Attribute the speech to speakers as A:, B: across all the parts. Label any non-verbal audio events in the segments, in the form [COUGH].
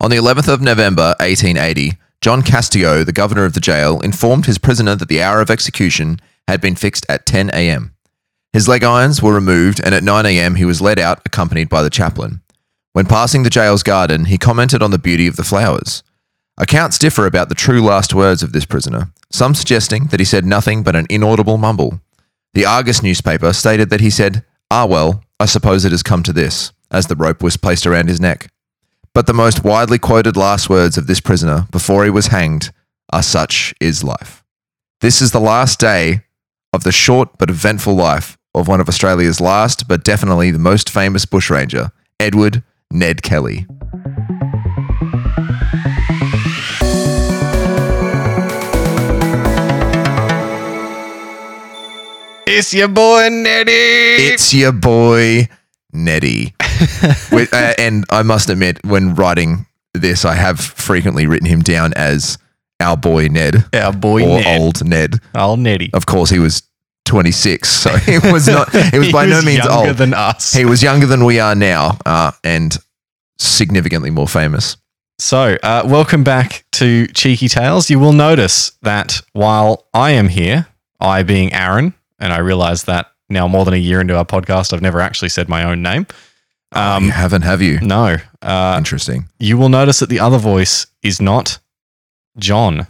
A: On the 11th of November, 1880, John Castillo, the governor of the jail, informed his prisoner that the hour of execution had been fixed at 10 a.m. His leg irons were removed, and at 9 a.m., he was led out accompanied by the chaplain. When passing the jail's garden, he commented on the beauty of the flowers. Accounts differ about the true last words of this prisoner, some suggesting that he said nothing but an inaudible mumble. The Argus newspaper stated that he said, Ah, well, I suppose it has come to this, as the rope was placed around his neck. But the most widely quoted last words of this prisoner before he was hanged are such is life. This is the last day of the short but eventful life of one of Australia's last but definitely the most famous bushranger, Edward Ned Kelly.
B: It's your boy Nettie.
A: It's your boy
B: [LAUGHS]
A: Neddy. With- uh, and I must admit, when writing this, I have frequently written him down as our boy Ned
B: our boy
A: or
B: Ned. Old,
A: old Ned.
B: Oh, Nettie.
A: Of course, he was 26, so [LAUGHS] he was not. He was by
B: [LAUGHS] He
A: no means
B: younger
A: old.
B: than us.
A: he was younger than we are now, uh, and significantly more famous.
B: so, uh, welcome back to Cheeky Tales. You will notice that while I am here, I being Aaron, and I realize that now more than a year into our podcast, I've never actually said my own name. Um,
A: you haven't, have you?
B: No, uh,
A: Interesting.
B: you will notice that the other voice is not John.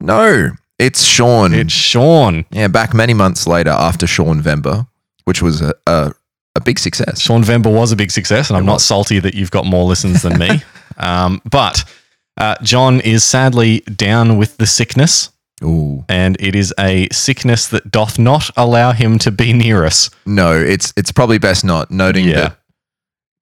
A: No, it's Sean.
B: It's Sean.
A: yeah, back many months later after Sean Vember, which was a, a, a big success.
B: Sean Vember was a big success, and I'm
A: It
B: not
A: was.
B: salty that you've got more listens
A: [LAUGHS]
B: than me. um, but uh, John is sadly down with the sickness,
A: Ooh.
B: and it is a sickness that doth not allow him to be near us.
A: No, it's it's probably best not noting
B: Yeah.
A: that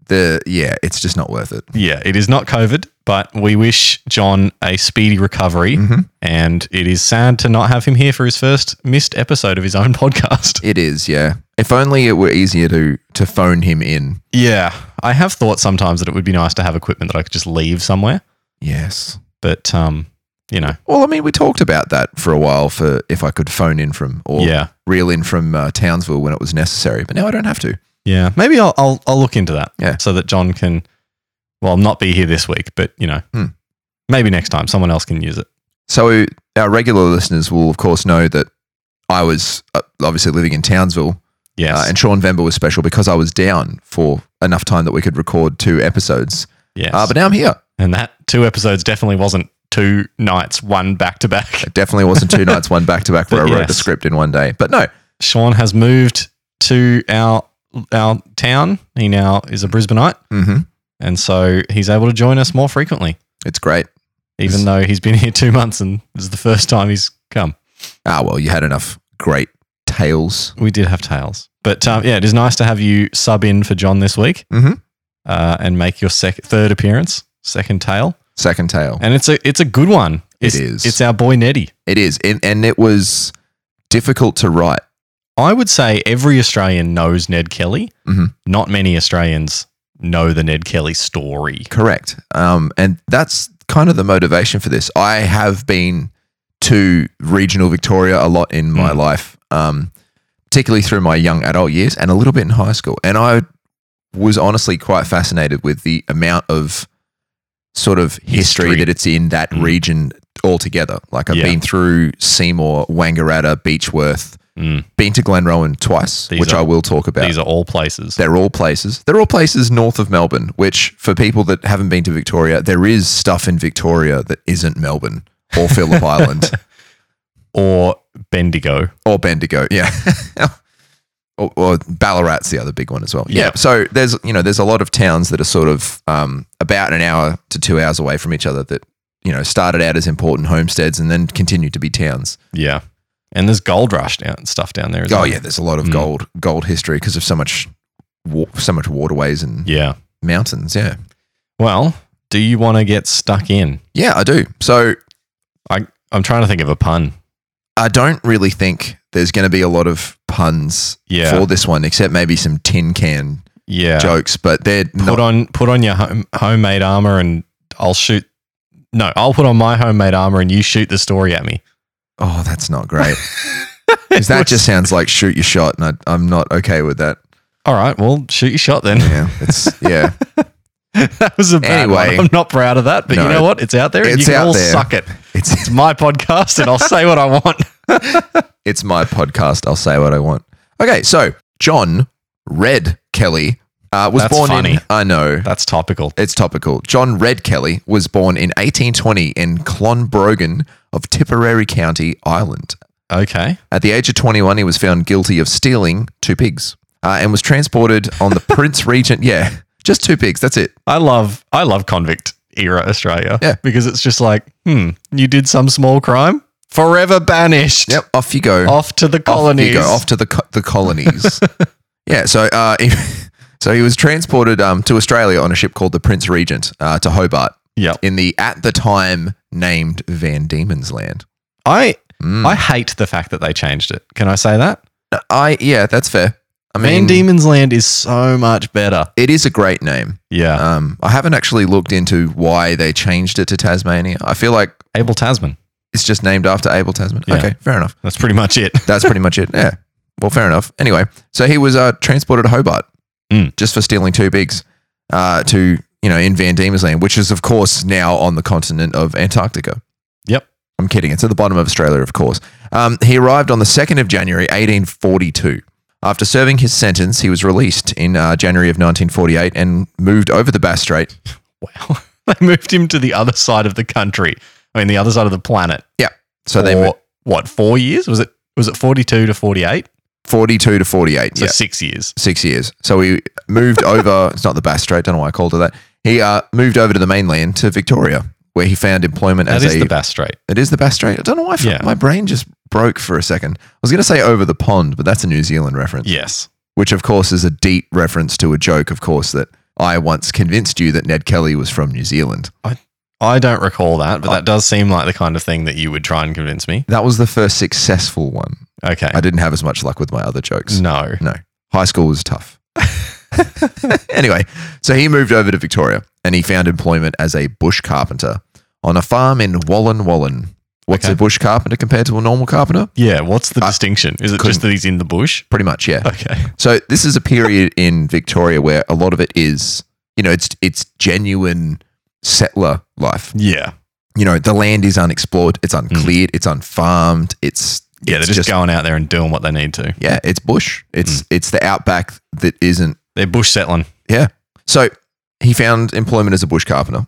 A: the yeah, it's just not worth it.
B: Yeah, it is not COVID, but we wish John a speedy recovery.
A: Mhm.
B: And it is sad to not have him here for his first missed episode of his own [LAUGHS] podcast.
A: It is, yeah. If only it were easier to to phone him in.
B: Yeah, I have thought sometimes that it would be nice to have equipment that I could just leave somewhere,
A: Yes.
B: but um, you know,
A: Well, I mean, we talked about that for a while for if I could phone in from or
B: yeah,
A: reel in from uh, Townsville when it was necessary, but now I don't have to.
B: yeah. Maybe I'll, I'll I'll look into that.
A: Yeah.
B: so that John can, well, not be here this week, but you know,
A: Hmm.
B: maybe next time someone else can use it.
A: So our regular listeners will, of course, know that I was uh, obviously living in Townsville,
B: Yes,
A: uh, and Sean Vember was special because I was down for enough time that we could record two episodes.
B: yes.
A: Uh, but now I'm here.
B: and that two episodes definitely wasn't two nights, one back to back.
A: It definitely wasn't two nights, one back to back, where I
B: But
A: wrote the
B: yes.
A: script in one day. But no,
B: [LAUGHS] Sean has moved to our our town. He now is a Brisbaneite,
A: hmm
B: and so he's able to join us more frequently,
A: it's great.
B: even
A: Yes.
B: though he's been here two months and this is the first time he's come.
A: Ah, well, you had enough great tales.
B: We did have tails. But um, yeah, it is nice to have you sub in for John this week
A: Mhm.
B: uh, and make your sec- third appearance, second tail.
A: Second tale.
B: And it's a it's a good one.
A: It
B: It's,
A: is.
B: It's our boy Nettie.
A: It is. And, and it was difficult to write.
B: I would say every Australian knows Ned Kelly.
A: Mhm.
B: Not many Australians know the Ned Kelly story.
A: Correct. Um, and that's kind of the motivation for this. I have been to regional Victoria a lot in my
B: Mm.
A: life, um, particularly through my young adult years and a little bit in high school. And I was honestly quite fascinated with the amount of sort of history,
B: History.
A: that it's in that
B: Mm.
A: region altogether. Like I've
B: Yeah.
A: been through Seymour, Wangaratta, Beechworth,
B: Mm.
A: been to Glenrowan twice,
B: These
A: which
B: are-
A: I will talk about.
B: These are all places.
A: They're all places. They're all places north of Melbourne, which for people that haven't been to Victoria, there is stuff in Victoria that isn't Melbourne or
B: [LAUGHS]
A: Phillip Island
B: Or Bendigo.
A: or Bendigo. Yeah. [LAUGHS] or, or Ballarat's the other big one as well. Yeah.
B: Yeah.
A: So there's, you know, there's a lot of towns that are sort of um, about an hour to two hours away from each other that, you know, started out as important homesteads and then continued to be towns.
B: Yeah. And there's gold rush down stuff down there as
A: Oh
B: well.
A: yeah, there's a lot of
B: Mm.
A: gold gold history because of so much wa- so much waterways and
B: Yeah.
A: mountains. Yeah.
B: Well, do you want to get stuck in?
A: Yeah, I do. So
B: I'm trying to think of a pun.
A: I don't really think there's going to be a lot of puns
B: Yeah.
A: for this one, except maybe some tin can
B: yeah.
A: jokes. But they're
B: put
A: not.
B: on put on your home, homemade armor and I'll shoot. No, I'll put on my homemade armor and you shoot the story at me.
A: oh, that's not
B: [LAUGHS]
A: great. 'Cause that just sounds like shoot your shot, and I, I'm not okay with that. [LAUGHS]
B: all right? Well, shoot your shot then. [LAUGHS]
A: Yeah, it's yeah.
B: that was a bad
A: Anyway.
B: one. I'm not proud of that, but
A: No.
B: you know what? It's out there. and
A: It's
B: you can
A: out
B: all
A: there.
B: suck it.
A: It's
B: It's my podcast, and I'll say what
A: [LAUGHS]
B: I want.
A: it's my podcast. I'll say what I want. Okay, so John Red Kelly uh, was
B: That's
A: born
B: funny.
A: in. I know
B: That's topical.
A: it's topical. John Red Kelly was born in 1820 in Clonbrogan of Tipperary County, Ireland.
B: Okay.
A: At the age of 21, he was found guilty of stealing two pigs uh, and was transported on the Prince Regent. Yeah, just two pigs. That's it.
B: I love I love convict era Australia.
A: Yeah.
B: Because it's just like, hmm, you did some small crime, forever banished.
A: Yep, off you go.
B: Off to the
A: Off,
B: colonies.
A: you go, off to the co- the
B: [LAUGHS]
A: colonies. yeah. So uh, he, [LAUGHS] so he was transported um, to Australia on a ship called the Prince Regent uh, to Hobart
B: Yep.
A: in the at the time named Van Diemen's Land.
B: I
A: Mm.
B: I hate the fact that they changed it. Can I say that?
A: I yeah, that's fair. I
B: Van
A: mean,
B: Diemen's Land is so much better.
A: it is a great name.
B: Yeah.
A: Um, I haven't actually looked into why they changed it to Tasmania. I feel like
B: Abel Tasman.
A: it's just named after Abel Tasman.
B: Yeah.
A: Okay, fair enough.
B: That's pretty much it.
A: That's pretty much
B: [LAUGHS]
A: it. [LAUGHS] Yeah. Well, fair enough. Anyway, so he was uh, transported to Hobart
B: Mm.
A: just for stealing two bigs uh, to, you know, in Van Diemen's Land, which is, of course, now on the continent of Antarctica.
B: Yep.
A: I'm kidding. It's at the bottom of Australia, of course. Um, he arrived on the 2nd of January, 1842. After serving his sentence, he was released in uh, January of 1948 and moved over the Bass Strait.
B: Wow. [LAUGHS] they moved him to the other side of the country. I mean the other side of the planet.
A: So they
B: for,
A: moved
B: what, four years? Was it was it forty two to forty eight?
A: 42 to 48.
B: So
A: yeah.
B: six years.
A: six years. So he
B: [LAUGHS]
A: moved over. It's not the Bass Strait. Don't know why I called it that. He uh, moved over to the mainland to Victoria, where he found employment
B: That
A: as
B: is
A: a.
B: the Bass Strait.
A: it is the Bass Strait. I don't know why I f-
B: Yeah.
A: my brain just broke for a second. I was going to say over the pond, but that's a New Zealand reference,
B: Yes.
A: which of course is a deep reference to a joke, of course, that I once convinced you that Ned Kelly was from New Zealand.
B: I don't recall that, but that does seem like the kind of thing that you would try and convince me.
A: That was the first successful one.
B: Okay.
A: I didn't have as much luck with my other jokes.
B: No.
A: High school was tough. [LAUGHS] anyway, so he moved over to Victoria and he found employment as a bush carpenter on a farm in Wallen Wallen. What's
B: Okay.
A: a bush carpenter compared to a normal carpenter?
B: Yeah. What's the
A: I
B: distinction? Is it
A: couldn't-
B: just that he's in the bush?
A: Pretty much, yeah.
B: Okay.
A: So this is a period in Victoria where a lot of it is, you know, it's it's genuine settler life.
B: Yeah.
A: You know, the land is unexplored, it's uncleared, it's unfarmed, it's
B: Mm. Yeah. They're
A: it's
B: just, Mm. going out there and doing what they need to.
A: yeah, it's bush. It's it's the outback that isn't
B: They're bush settling.
A: So he found employment as a bush carpenter.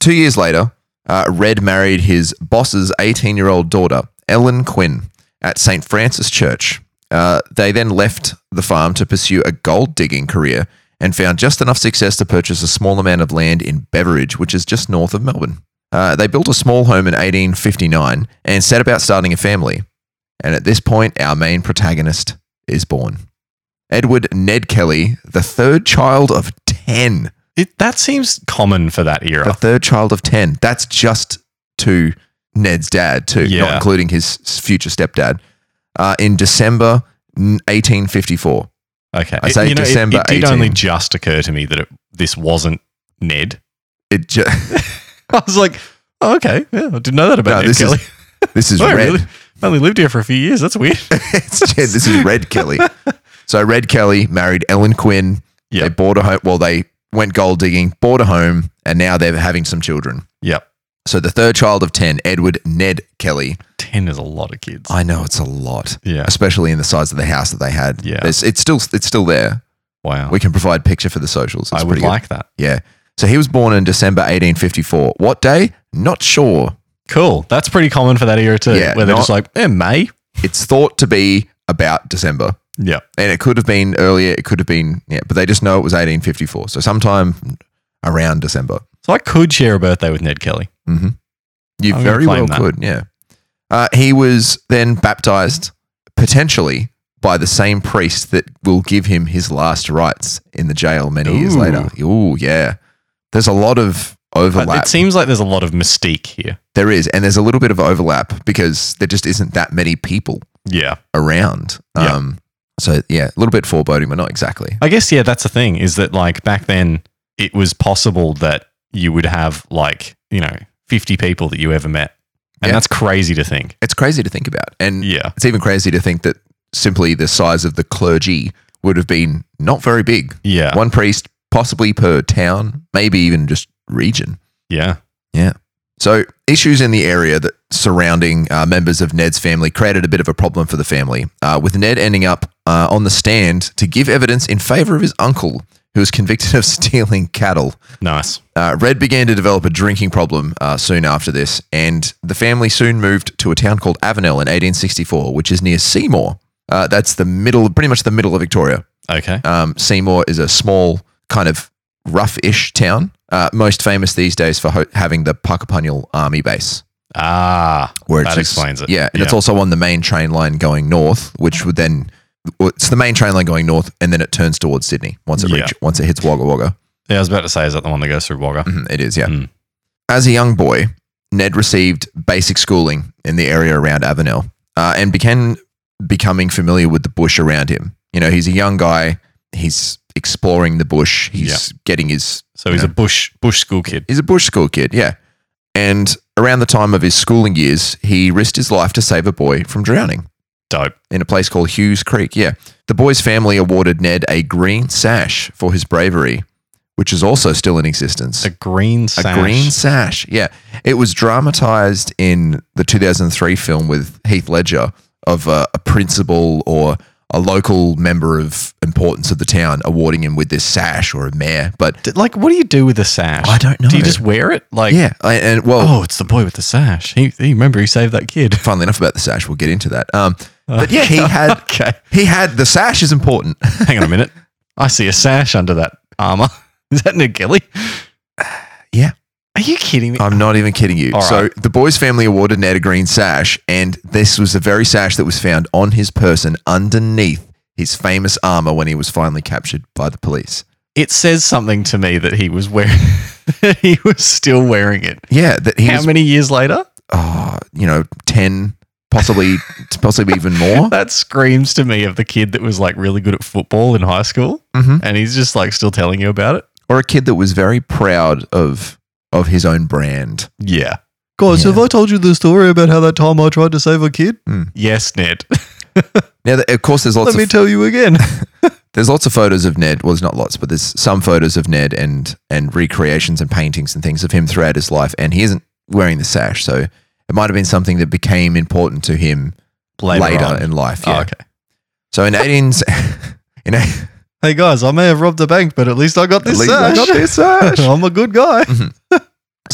A: Two years later, uh, Red married his boss's 18 year old daughter, Ellen Quinn, at St. Francis Church. Uh, they then left the farm to pursue a gold digging career and found just enough success to purchase a small amount of land in Beveridge, which is just north of Melbourne. Uh, they built a small home in 1859 and set about starting a family. And at this point, our main protagonist is born. Edward Ned Kelly, the third child of 10.
B: It, that seems common for that
A: The
B: era.
A: third child of 10. That's just to Ned's dad, too, not
B: Yeah.
A: including his future stepdad, uh, in December 1854.
B: Okay.
A: I say
B: It- you know, it-
A: December
B: It, did only
A: 18.
B: just occur to me that it, this wasn't
A: [LAUGHS]
B: Ned.
A: It ju-
B: I was like, oh, okay. Yeah, I didn't know that about
A: No,
B: Ned
A: this is-
B: Kelly.
A: this is
B: [LAUGHS] I
A: red.
B: Oh, really- I only lived here for a few years. That's weird.
A: [LAUGHS] It's- yeah, this is Red
B: [LAUGHS]
A: Kelly. So Red Kelly married Ellen Quinn.
B: Yeah.
A: They bought a home. Well, they went gold digging, bought a home, and now they're having some children.
B: Yep.
A: So the third child of 10, Edward Ned Kelly.
B: 10 is a lot of kids.
A: I know it's a lot,
B: yeah.
A: especially in the size of the house that they had.
B: Yeah.
A: It's, it's still it's still there.
B: Wow.
A: We can provide picture for the socials. It's
B: I would
A: pretty good.
B: like that.
A: Yeah. So he was born in December 1854. What day? Not sure.
B: Cool. That's pretty common for that era too.
A: Yeah,
B: where they're
A: not-
B: just like, eh, May.
A: It's thought to be about December.
B: Yeah.
A: And it could have been earlier. It could have been, yeah, but they just know it was 1854. So sometime around December.
B: So I could share a birthday with Ned Kelly.
A: You
B: I'm gonna
A: very well
B: claim that.
A: could, yeah. Uh, he was then baptized, potentially by the same priest that will give him his last rites in the jail many years
B: Ooh.
A: later. Ooh, yeah. There's a lot of
B: But
A: overlap.
B: it seems like there's a lot of mystique here.
A: There is, and there's a little bit of overlap because there just isn't that many people
B: Yeah.
A: around.
B: Yeah.
A: Um, so yeah, a little bit foreboding, but not exactly.
B: I guess, yeah, that's the thing is that like back then it was possible that you would have like, you know, 50 people that you ever met. And
A: Yeah.
B: that's crazy to think.
A: It's crazy to think about, and
B: Yeah.
A: it's even crazy to think that simply the size of the clergy would have been not very big.
B: Yeah.
A: One priest possibly per town, maybe even just region.
B: Yeah.
A: So, issues in the area that surrounding uh, members of Ned's family created a bit of a problem for the family, uh, with Ned ending up uh, on the stand to give evidence in favor of his uncle, who was convicted of [LAUGHS] stealing cattle.
B: Nice.
A: Uh, Red began to develop a drinking problem uh, soon after this, and the family soon moved to a town called Avenel in 1864, which is near Seymour. Uh, that's the middle, pretty much the middle of Victoria.
B: Okay.
A: Um, Seymour is a small, kind of rough-ish town, uh, most famous these days for ho- having the Pakapanyal Army Base.
B: Ah,
A: Where
B: that
A: it's just-
B: explains it.
A: Yeah, and it's also on the main train line going north, which would then it's the main train line going north, and then it turns towards Sydney once it
B: Yeah.
A: reach, once it hits Wagga Wagga.
B: Yeah, I was about to say, is that the one that goes through Wagga?
A: Mhm, it is, yeah.
B: Mm.
A: As a young boy, Ned received basic schooling in the area around Avenel uh, and began becoming familiar with the bush around him. You know, he's a young guy. He's exploring the bush. He's getting his
B: So he's
A: Yeah.
B: a bush bush school kid.
A: he's a bush school kid, yeah. And around the time of his schooling years, he risked his life to save a boy from drowning
B: Dope.
A: in a place called Hughes Creek. Yeah. The boy's family awarded Ned a green sash for his bravery, which is also still in existence.
B: A green sash.
A: A green sash. Yeah. It was dramatized in the 2003 film with Heath Ledger of a, a principal or a local member of importance of the town awarding him with this sash or a mayor. But
B: D- Like, what do you do with a sash?
A: I don't know.
B: Do you just wear it? Like,
A: yeah. I, and well,
B: oh, it's the boy with the sash. He, he remember he saved that kid.
A: funnily enough about the sash, we'll get into that. Um, but yeah, he had,
B: Uh, [LAUGHS] okay.
A: he had, the sash is important. [LAUGHS]
B: Hang on a minute. I see a sash under that armor. [LAUGHS] Is that Nagilli?
A: [SIGHS] Yeah.
B: Are you kidding me?
A: I'm not even kidding you.
B: All
A: So the boy's family awarded Ned a green sash, and this was the very sash that was found on his person underneath his famous armor when he was finally captured by the police.
B: it says something to me that he was wearing. [LAUGHS] that he was still wearing it.
A: Yeah, that he
B: How
A: was,
B: many years later?
A: oh, you know, ten, possibly, possibly even
B: [LAUGHS]
A: more.
B: That screams to me of the kid that was like really good at football in high school,
A: hmm
B: and he's just like still telling you about it.
A: Or a kid that was very proud of of his own brand.
B: Yeah. Guys,
A: have
B: I told you the story about how that time I tried to save a kid?
A: Mm.
B: Yes, Ned.
A: Now, th- of course, there's lots
B: [LAUGHS] Let me
A: of
B: tell you again.
A: there's lots of photos of Ned. Well, there's not lots, but there's some photos of Ned and and recreations and paintings and things of him throughout his life. And he isn't wearing the sash, so it might have been something that became important to him [LAUGHS] later,
B: on.
A: in life.
B: Oh,
A: Yeah.
B: okay.
A: So in 18s, [LAUGHS] in a,
B: Hey guys, I may have robbed a bank, but at least I got
A: At least I got this sash. [LAUGHS]
B: I'm a good guy.
A: so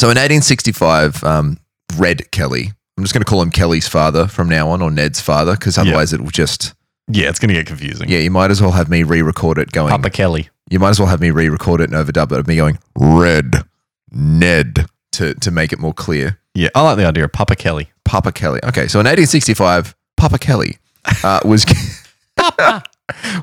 A: in 1865, um, Red Kelly. I'm just going to call him Kelly's father from now on, or Ned's father, because otherwise it will just
B: Yeah, it's gonna get confusing.
A: yeah. You might as well have me re-record it going.
B: Papa Kelly.
A: you might as well have me re-record it and overdub it of me going red ned to, to make it more clear
B: Yeah, I like the idea of Papa Kelly.
A: papa kelly okay so in 1865 papa kelly uh, was [LAUGHS]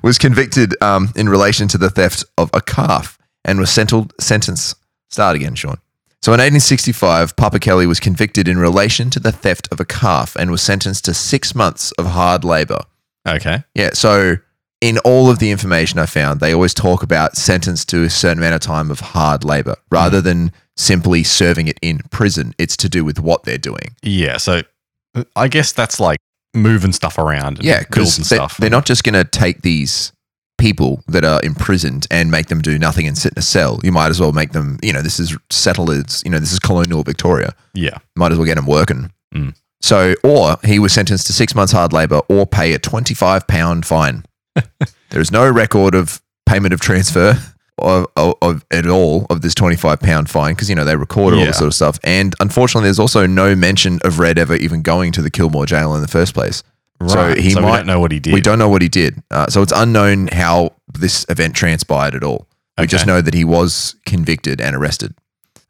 A: was convicted um, in relation to the theft of a calf and was sentled, sentenced start again sean so in 1865 papa kelly was convicted in relation to the theft of a calf and was sentenced to six months of hard labor
B: Okay.
A: yeah. So in all of the information I found, they always talk about sentenced to a certain amount of time of hard labor rather
B: Mm.
A: than simply serving it in prison. It's to do with what they're doing.
B: Yeah, so uh, I guess that's like moving stuff around. And
A: Yeah, because
B: building
A: they,
B: stuff.
A: they're not just going to take these people that are imprisoned and make them do nothing and sit in a cell. You might as well make them. You know, this is settlers. You know, this is colonial Victoria.
B: yeah.
A: might as well get him working.
B: Mm.
A: So, or he was sentenced to six months hard labor or pay a 25 pound
B: [LAUGHS]
A: fine. there is no record of payment of transfer of, of, of at all of this 25 pound fine because, you know, they recorded all
B: Yeah.
A: this sort of stuff. And unfortunately, there's also no mention of Red ever even going to the Kilmore jail in the first place. So
B: Right. So
A: he
B: we
A: might-
B: don't know what he did.
A: We don't know what he did. Uh, so, it's unknown how this event transpired at all. We just
B: Okay.
A: know that he was convicted and arrested.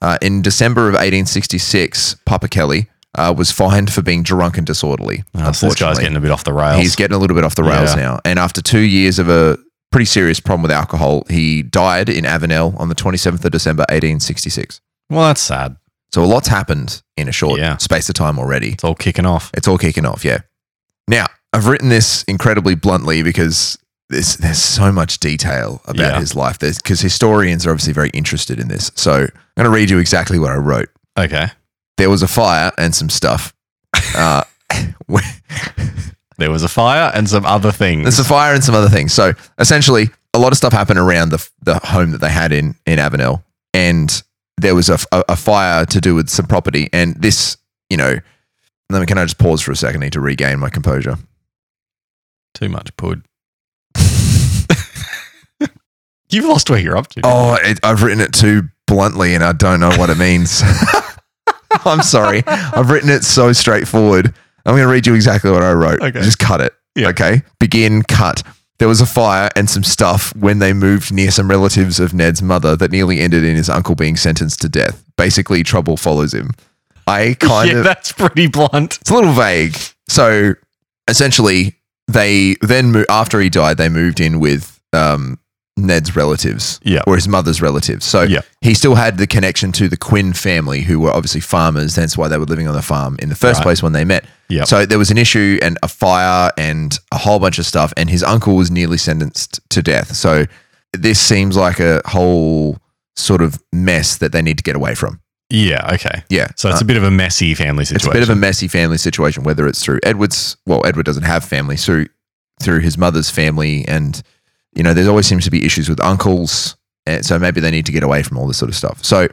A: Uh, in December of 1866, Papa Kelly uh, was fined for being drunk and disorderly.
B: Oh, so this guy's getting a bit off the rails.
A: he's getting a little bit off the rails
B: Yeah.
A: now. And after two years of a pretty serious problem with alcohol, he died in Avenel on the 27th of December, 1866.
B: well, that's sad.
A: So a lot's happened in a short
B: Yeah.
A: space of time already.
B: It's all kicking off.
A: It's all kicking off, yeah. Now, I've written this incredibly bluntly because there's, there's so much detail about
B: Yeah.
A: his life. Because historians are obviously very interested in this. So I'm going to read you exactly what I wrote.
B: Okay.
A: There was a fire and some stuff. Uh, [LAUGHS]
B: There was a fire and some other things.
A: there's a fire and some other things. So essentially, a lot of stuff happened around the the home that they had in in Avenel, and there was a, f- a- a fire to do with some property. And this, you know, let me can I just pause for a second? I need to regain my composure.
B: Too much pud. [LAUGHS] You've lost where you're up to.
A: Oh, it, I've written it too bluntly, and I don't know what it means. [LAUGHS] I'm sorry. I've written it so straightforward. I'm going to read you exactly what I wrote.
B: Okay.
A: Just cut it.
B: Yeah.
A: Okay. Begin. Cut. There was a fire and some stuff when they moved near some relatives of Ned's mother that nearly ended in his uncle being sentenced to death. Basically, trouble follows him. I kind
B: [LAUGHS] yeah,
A: of
B: that's pretty blunt.
A: it's a little vague. So essentially, they then mo- after he died, they moved in with um, Ned's relatives,
B: Yeah.
A: or his mother's relatives. So
B: Yeah.
A: he still had the connection to the Quinn family, who were obviously farmers. That's why they were living on the farm in the first
B: Right.
A: place when they met.
B: Yep.
A: So there was an issue and a fire and a whole bunch of stuff, and his uncle was nearly sentenced to death. So this seems like a whole sort of mess that they need to get away from.
B: Yeah, okay.
A: Yeah.
B: So it's a bit of a messy family situation.
A: Uh, It's a bit of a messy family situation, whether it's through Edward's. Well, Edward doesn't have family, so through his mother's family, and you know, there always seems to be issues with uncles, and so maybe they need to get away from all this sort of stuff. So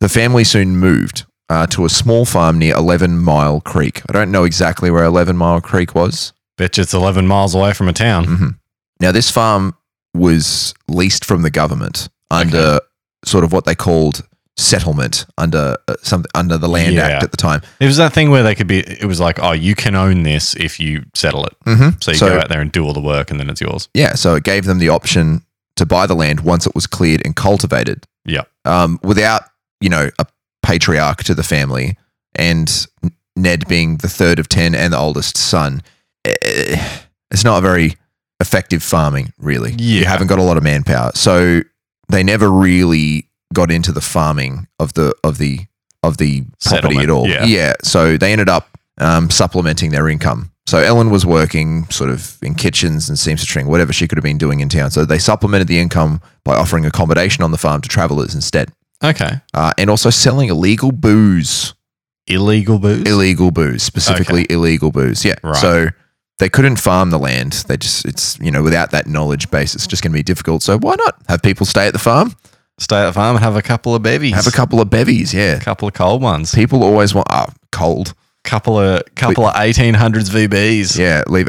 A: the family soon moved uh, to a small farm near Eleven Mile Creek. I don't know exactly where Eleven Mile Creek was.
B: Bitch, it's 11 miles away from a town.
A: Mhm. Now, this farm was leased from the government under sort of what they called settlement under uh, some under the Land
B: Yeah.
A: Act at the time.
B: It was that thing where they could be, it was like, oh, you can own this if you settle it.
A: Mm-hmm.
B: So you go out there and do all the work and then it's yours.
A: Yeah, so it gave them the option to buy the land once it was cleared and cultivated.
B: Yeah.
A: Um, without, you know, a patriarch to the family and N- Ned being the third of 10 and the oldest son. eh, It's not very effective farming, really. You
B: Yeah.
A: haven't got a lot of manpower. So they never really got into the farming of the of the of the property
B: Settlement,
A: at all.
B: yeah.
A: So they ended up um, supplementing their income. So Ellen was working sort of in kitchens and seamstering, whatever she could have been doing in town. So they supplemented the income by offering accommodation on the farm to travelers instead,
B: Okay.
A: uh, and also selling illegal booze,
B: Illegal booze?
A: illegal booze specifically illegal booze. Yeah.
B: Right.
A: So they couldn't farm the land. They just it's you know without that knowledge base, it's just going to be difficult. So why not have people stay at the farm,
B: Stay at the farm and have a couple of bevies.
A: have a couple of bevies? Yeah.
B: couple of cold ones.
A: People always want ah cold.
B: Couple of couple of 1800s VBs.
A: Yeah. Leave.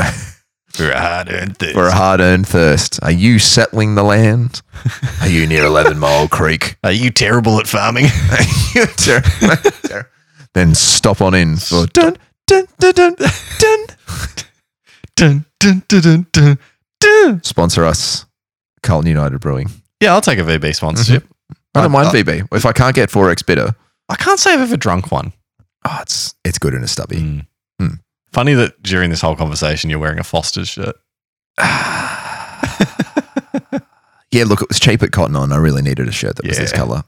B: For a hard earned
A: [LAUGHS]
B: thing.
A: for a hard earned thirst. Are you settling the land? Are you near 11 Mile Creek? [LAUGHS]
B: Are you terrible at farming?
A: Are you ter- ter- then stop on in for dun, dun, dun, dun, dun.
B: [LAUGHS] dun, dun, dun, dun, dun, dun.
A: Sponsor us, Carlton United Brewing.
B: Yeah, I'll take a VB
A: Mm-hmm.
B: sponsorship.
A: I don't
B: I-
A: mind
B: I-
A: VB. If I can't get 4X bitter,
B: I can't say I've ever drunk one.
A: oh, it's, it's good in a stubby.
B: Mm.
A: Hmm.
B: Funny that during this whole conversation, you're wearing a Foster's shirt.
A: yeah, look, it was cheap at Cotton On. I really needed a shirt that was this
B: Yeah.
A: color.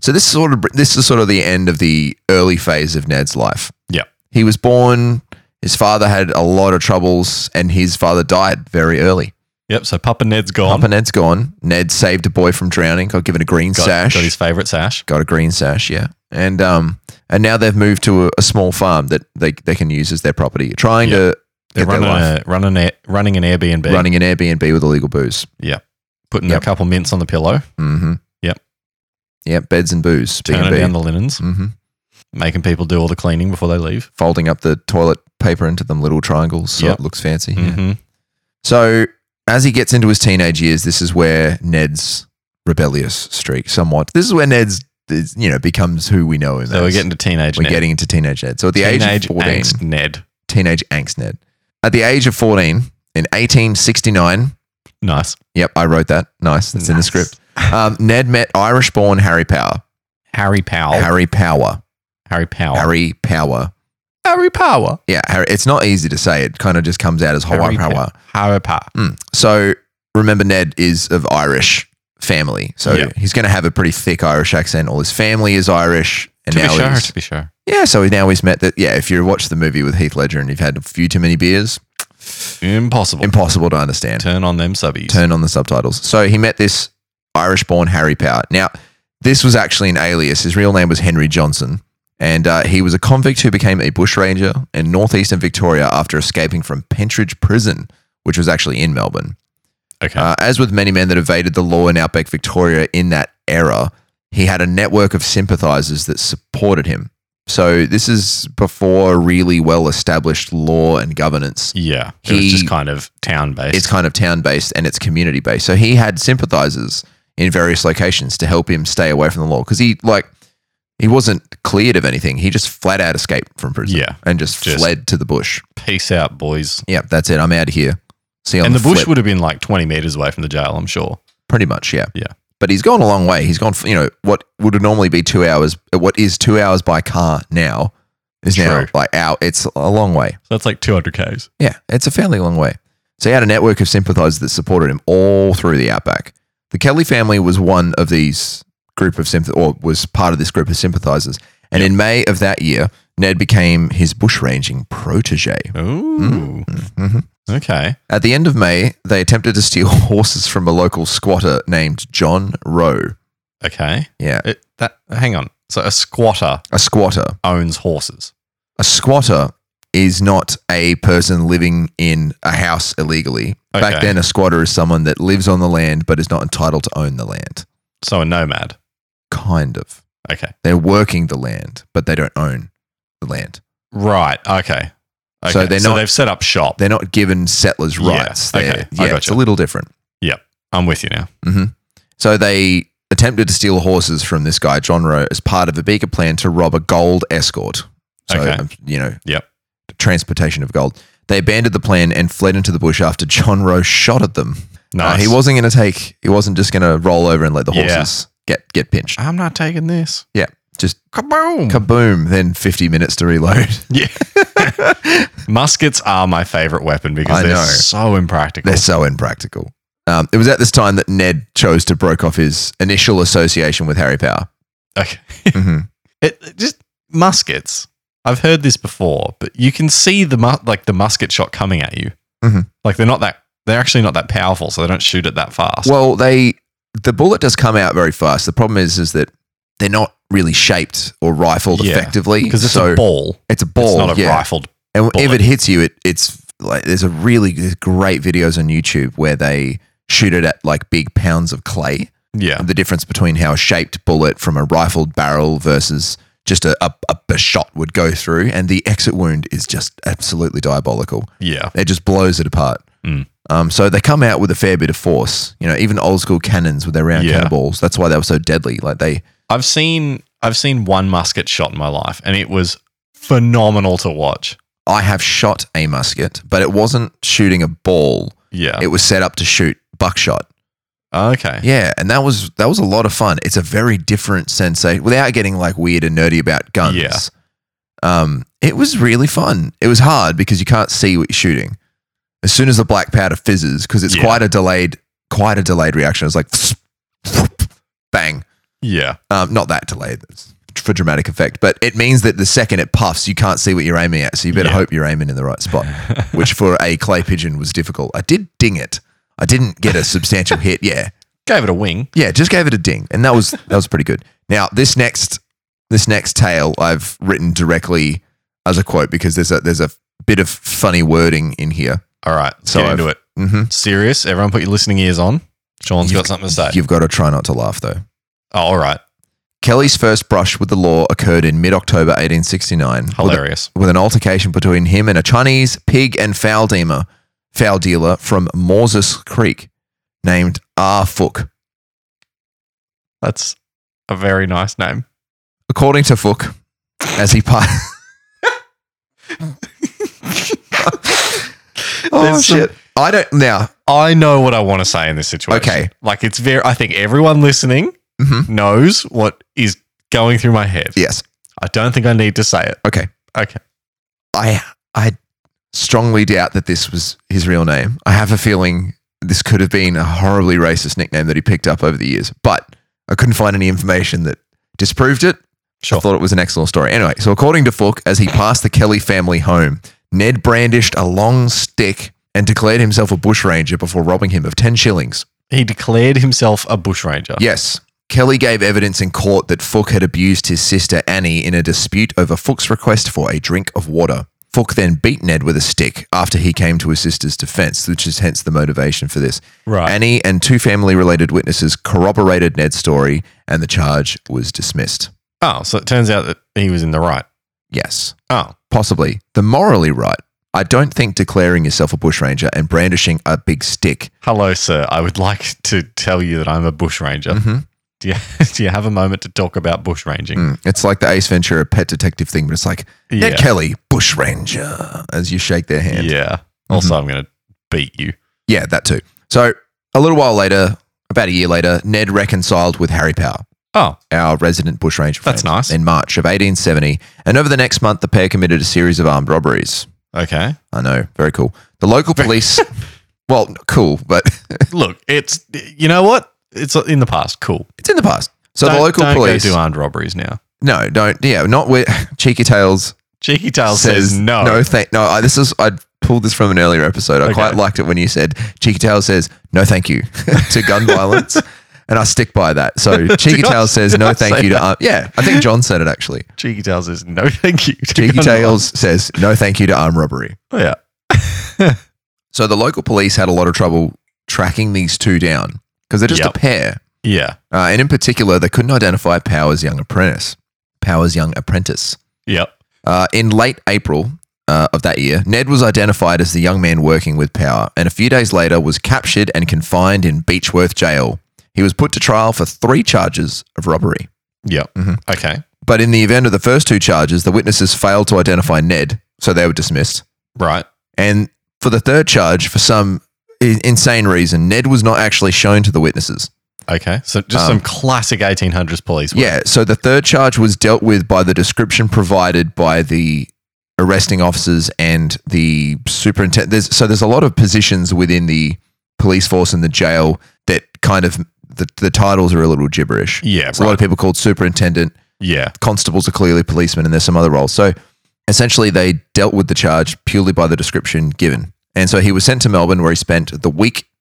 A: So this is sort of this is sort of the end of the early phase of Ned's life.
B: Yep.
A: he was born. His father had a lot of troubles, and his father died very early.
B: Yep. So Papa Ned's gone.
A: Papa Ned's gone. Ned saved a boy from drowning. Got given a green
B: got,
A: sash.
B: got his favorite sash.
A: got a green sash, yeah. And um, and now they've moved to a, a small farm that they, they can use as their property, trying
B: Yeah.
A: to
B: They're
A: get their
B: running,
A: life
B: a, running, a, running an Airbnb,
A: running an Airbnb with illegal booze.
B: putting
A: Yep.
B: a couple mints on the pillow,
A: Mm-hmm.
B: Yep.
A: Yep. Beds and booze. B
B: turning down the linens,
A: mm-hmm.
B: making people do all the cleaning before they leave.
A: Folding up the toilet paper into them little triangles so
B: Yep.
A: it looks fancy. Yeah.
B: hmm
A: So as he gets into his teenage years, this is where Ned's rebellious streak somewhat. This is where Ned's is, you know becomes who we know him.
B: So we're
A: as.
B: getting to teenage
A: we're
B: Ned.
A: getting into teenage Ned. So at the age
B: teenage
A: of fourteen,
B: angst Ned.
A: teenage angst Ned. At the age of fourteen in 1869.
B: Nice.
A: Yep, I wrote that. Nice. It's in the
B: Nice.
A: script. Um, Ned met Irish born Harry Power.
B: Harry Powell. Harry,
A: Harry Power.
B: Powell.
A: Harry Power.
B: Harry Power.
A: Yeah, Harry, it's not easy to say. It kind of just comes out as Hawaii
B: Harry
A: Power.
B: Power. Harry Power.
A: Mm. So remember, Ned is of Irish family, so
B: Yeah.
A: he's going to have a pretty thick Irish accent. All his family is Irish, and
B: To be
A: now
B: sure.
A: he's
B: To be sure.
A: yeah. So now he's met that. Yeah, if you watch the movie with Heath Ledger and you've had a few too many beers,
B: Impossible.
A: impossible to understand.
B: Turn on them subbies.
A: Turn on the subtitles. So he met this Irish-born Harry Power. Now, this was actually an alias. His real name was Henry Johnson. And uh, he was a convict who became a bushranger in northeastern Victoria after escaping from Pentridge Prison, which was actually in Melbourne.
B: Okay.
A: Uh, as with many men that evaded the law in Outback Victoria in that era, he had a network of sympathizers that supported him. So this is before really well established law and governance.
B: yeah. It was
A: he-
B: just kind of town based.
A: It's kind of town based and it's community based. So he had sympathizers in various locations to help him stay away from the law because he like he wasn't cleared of anything. He just flat out escaped from prison
B: Yeah.
A: and just,
B: Just-
A: fled to the bush.
B: Peace out, boys.
A: Yeah, that's it. I'm out of here. See you on
B: And the bush
A: flip.
B: would have been like 20 meters away from the jail, I'm sure.
A: Pretty much, yeah.
B: Yeah.
A: But he's gone a long way. He's gone, f- you know, what would normally be two hours, what is two hours by car now is now
B: True.
A: like out. It's a long way.
B: So that's like 200 Ks.
A: Yeah, it's a fairly long way. So he had a network of sympathizers that supported him all through the outback. The Kelly family was one of these group of sympath or was part of this group of sympathizers. And in May of that year, Ned became his bushranging protege.
B: Ooh.
A: Mhm.
B: Okay.
A: At the end of May, they attempted to steal [LAUGHS] horses from a local squatter named John Rowe.
B: Okay.
A: Yeah,
B: It, that, hang on. So a squatter
A: a squatter.
B: owns horses.
A: a squatter is not a person living in a house illegally. Back
B: Okay.
A: then, a squatter is someone that lives on the land but is not entitled to own the land.
B: So a nomad.
A: Kind of.
B: Okay.
A: They're working the land, but they don't own the land.
B: Right. Okay. okay.
A: So they're not-
B: they've set up shop.
A: They're not given settlers'
B: Yeah,
A: rights. They're-
B: okay, I
A: Yeah, it's
B: gotcha.
A: a little different.
B: I'm with you now.
A: Mm-hmm. So they attempted to steal horses from this guy, John Rowe, as part of a bigger plan to rob a gold escort. So,
B: Okay.
A: um, you know,
B: Yep.
A: transportation of gold. They abandoned the plan and fled into the bush after John Rowe shot at them.
B: Nice.
A: Uh, he wasn't going to take. He wasn't just going to roll over and let the
B: Yeah.
A: horses get get pinched.
B: I'm not taking this.
A: Yeah, just
B: Kaboom.
A: kaboom. Then fifty minutes to reload. [LAUGHS]
B: yeah. [LAUGHS] Muskets are my favorite weapon because
A: I
B: they're
A: know.
B: so impractical.
A: They're so impractical. Um, it was at this time that Ned chose to broke off his initial association with Harry
B: [LAUGHS]
A: Power.
B: okay.
A: hmm
B: It, it just muskets. I've heard this before, but you can see the mu- like the musket shot coming at you.
A: Mhm.
B: Like they're not that they're actually not that powerful, so they don't shoot it that fast.
A: Well, they the bullet does come out very fast. The problem is is that they're not really shaped or rifled
B: Yeah,
A: effectively
B: because it's
A: so
B: a ball.
A: It's a ball.
B: It's not a
A: yeah.
B: rifled.
A: And if
B: bullet.
A: it hits you, it, it's like there's a really there's great videos on YouTube where they shoot it at like big pounds of clay.
B: Yeah.
A: the difference between how a shaped bullet from a rifled barrel versus just a, a, a, a shot would go through. And the exit wound is just absolutely diabolical.
B: Yeah.
A: It just blows it apart.
B: Mm.
A: Um, so they come out with a fair bit of force. You know, even old school cannons with their round
B: Yeah.
A: cannonballs. That's why they were so deadly. Like they,
B: I've seen I've seen one musket shot in my life, and it was phenomenal to watch.
A: I have shot a musket, but it wasn't shooting a ball.
B: Yeah.
A: It was set up to shoot buckshot.
B: okay.
A: Yeah, and that was that was a lot of fun. It's a very different sensation without getting like weird and nerdy about guns.
B: Yeah.
A: Um, it was really fun. It was hard because you can't see what you're shooting. As soon as the black powder fizzes, because it's
B: Yeah.
A: quite a delayed, quite a delayed reaction. It's like [LAUGHS] bang.
B: Yeah.
A: Um, not that delayed that's for dramatic effect, but it means that the second it puffs, you can't see what you're aiming at. So you better
B: Yeah.
A: hope you're aiming in the right
B: [LAUGHS]
A: spot, which for a clay pigeon was difficult. I did ding it. I didn't get a substantial hit. Yeah.
B: Gave it a wing.
A: Yeah, just gave it a ding, and that was that was pretty good. Now this next this next tale I've written directly as a quote because there's a there's a bit of funny wording in here.
B: All right. Let's
A: So
B: get
A: I've-
B: into it.
A: Mm-hmm.
B: Serious. Everyone put your listening ears on. Sean's
A: You've-
B: got something to say.
A: You've got to try not to laugh though.
B: oh, all right.
A: Kelly's first brush with the law occurred in mid October 1869 with, a-
B: Hilarious.
A: with an altercation between him and a Chinese pig and fowl dealer, fowl dealer from Moses Creek named R. Fook.
B: That's a very nice name.
A: According to Fook, as he passed. [LAUGHS] oh
B: There's some-
A: shit! I don't now.
B: I know what I want to say in this situation.
A: Okay.
B: Like it's very I think everyone listening
A: Mhm.
B: knows what is going through my head.
A: Yes.
B: I don't think I need to say it.
A: Okay.
B: Okay.
A: I I strongly doubt that this was his real name. I have a feeling this could have been a horribly racist nickname that he picked up over the years, but I couldn't find any information that disproved it. I
B: Sure.
A: thought it was an excellent story. Anyway, so according to Fook, as he passed the Kelly family home, Ned brandished a long stick and declared himself a bushranger before robbing him of 10 shillings.
B: He declared himself a bushranger.
A: Yes. Kelly gave evidence in court that Fook had abused his sister Annie in a dispute over Fook's request for a drink of water. Fulk then beat Ned with a stick after he came to his sister's defense, which is hence the motivation for this.
B: Right.
A: Annie and two family related witnesses corroborated Ned's story, and the charge was dismissed.
B: Oh, so it turns out that he was in the right.
A: Yes,
B: Oh,
A: possibly. The morally right. I don't think declaring yourself a bushranger and brandishing a big stick.
B: hello, sir. I would like to tell you that I'm a bushranger.
A: Mhm.
B: Do you [LAUGHS] do you have a moment to talk about bushranging?
A: Mm, It's like the Ace Ventura pet detective thing, but it's like Ned
B: Yeah,
A: Kelly, bushranger, as you shake their hand.
B: yeah.
A: Mm-hmm.
B: Also, I'm going to beat you.
A: Yeah, that too. So a little while later, about a year later, Ned reconciled with Harry Power,
B: Oh,
A: our resident bushranger.
B: That's
A: friend,
B: nice.
A: In March of 1870, and over the next month, the pair committed a series of armed robberies.
B: okay.
A: I know, very cool. The local
B: [LAUGHS]
A: police. well, cool, but [LAUGHS]
B: Look, it's you know what? It's in the past. Cool.
A: it's in the past. So
B: don't,
A: the local
B: don't
A: police.
B: go do armed robberies now.
A: no, don't. Yeah, not with [LAUGHS] Cheeky Tails
B: Cheeky Tail says, no.
A: No, thank. No, I, this is. I pulled this from an earlier episode. I
B: Okay.
A: quite liked it when you said Cheeky Tails says no, thank you [LAUGHS] to gun
B: [LAUGHS]
A: violence, and I stick by that. So Cheeky
B: I-
A: Tails says
B: did [LAUGHS]
A: no,
B: I
A: thank
B: say
A: you to. Arm- yeah, I think John said it actually.
B: Cheeky Tail says no. Thank you. [LAUGHS] to
A: Cheeky
B: gun
A: Tails says no, thank you to armed robbery.
B: violence." Yeah.
A: So the local police had a lot of trouble tracking these two down because they're just
B: Yep.
A: a pair,
B: Yeah.
A: uh, and in particular, they couldn't identify Power's young apprentice. Power's young apprentice.
B: Yep.
A: Uh, in late April uh, of that year, Ned was identified as the young man working with Power, and a few days later was captured and confined in Beechworth Jail. He was put to trial for three charges of robbery.
B: Yep.
A: Mhm.
B: Okay.
A: But in the event of the first two charges, the witnesses failed to identify Ned, so they were dismissed.
B: Right.
A: And for the third charge, for some i- insane reason, Ned was not actually shown to the witnesses.
B: Okay. So just
A: Um,
B: some classic 1800s police. work.
A: Yeah, so the third charge was dealt with by the description provided by the arresting officers and the superintendent. There's, so there's a lot of positions within the police force and the jail that kind of the, the titles are a little gibberish.
B: Yeah.
A: There's a lot
B: right.
A: of people called superintendent,
B: Yeah.
A: constables are clearly policemen, and there's some other roles. So essentially, they dealt with the charge purely by the description given. And so he was sent to Melbourne, where he spent the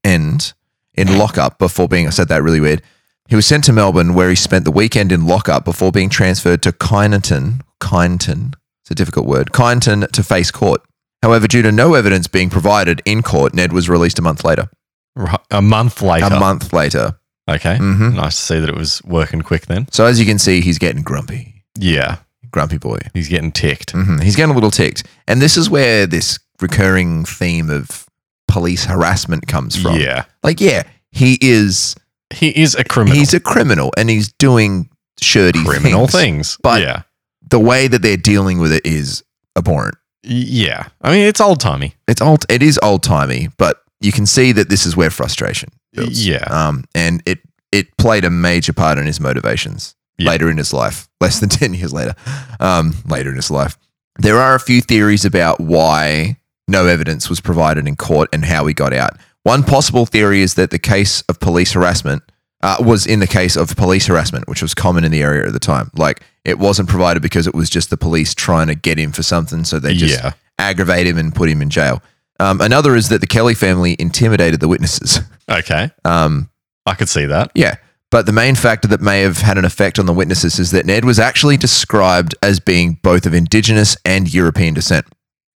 A: weekend in lockup before being. I said that really weird. He was sent to Melbourne, where he spent the weekend in lockup before being transferred to Kyneton. Kyneton. It's a difficult word. Kyneton to face court. However, due to no evidence being provided in court, Ned was released a month later.
B: Right. A month later.
A: A month later.
B: Okay.
A: hmm
B: Nice to see that it was working quick then.
A: So as you can see, he's getting grumpy.
B: Yeah.
A: Grumpy boy.
B: He's getting ticked.
A: hmm He's getting a little ticked. And this is where this recurring theme of police harassment comes from.
B: Yeah.
A: Like, yeah, he is
B: He is a criminal.
A: he's a criminal and he's doing shirty
B: criminal
A: things.
B: things.
A: But-
B: yeah.
A: The way that they're dealing with it is abhorrent.
B: Y- Yeah. I mean, it's old timey.
A: It's old it is old timey, but you can see that this is where frustration builds.
B: Yeah.
A: Um and it it played a major part in his motivations
B: Yeah.
A: later in his life. Less than [LAUGHS] ten years later. Um later in his life. There are a few theories about why no evidence was provided in court and how he got out. One possible theory is that the case of police harassment uh, was in the case of police harassment, which was common in the area at the time. Like it wasn't provided because it was just the police trying to get him for something, so they just
B: yeah.
A: aggravate him and put him in jail. Um, another is that the Kelly family intimidated the witnesses.
B: Okay.
A: Um,
B: I could see that.
A: yeah. But the main factor that may have had an effect on the witnesses is that Ned was actually described as being both of indigenous and European descent.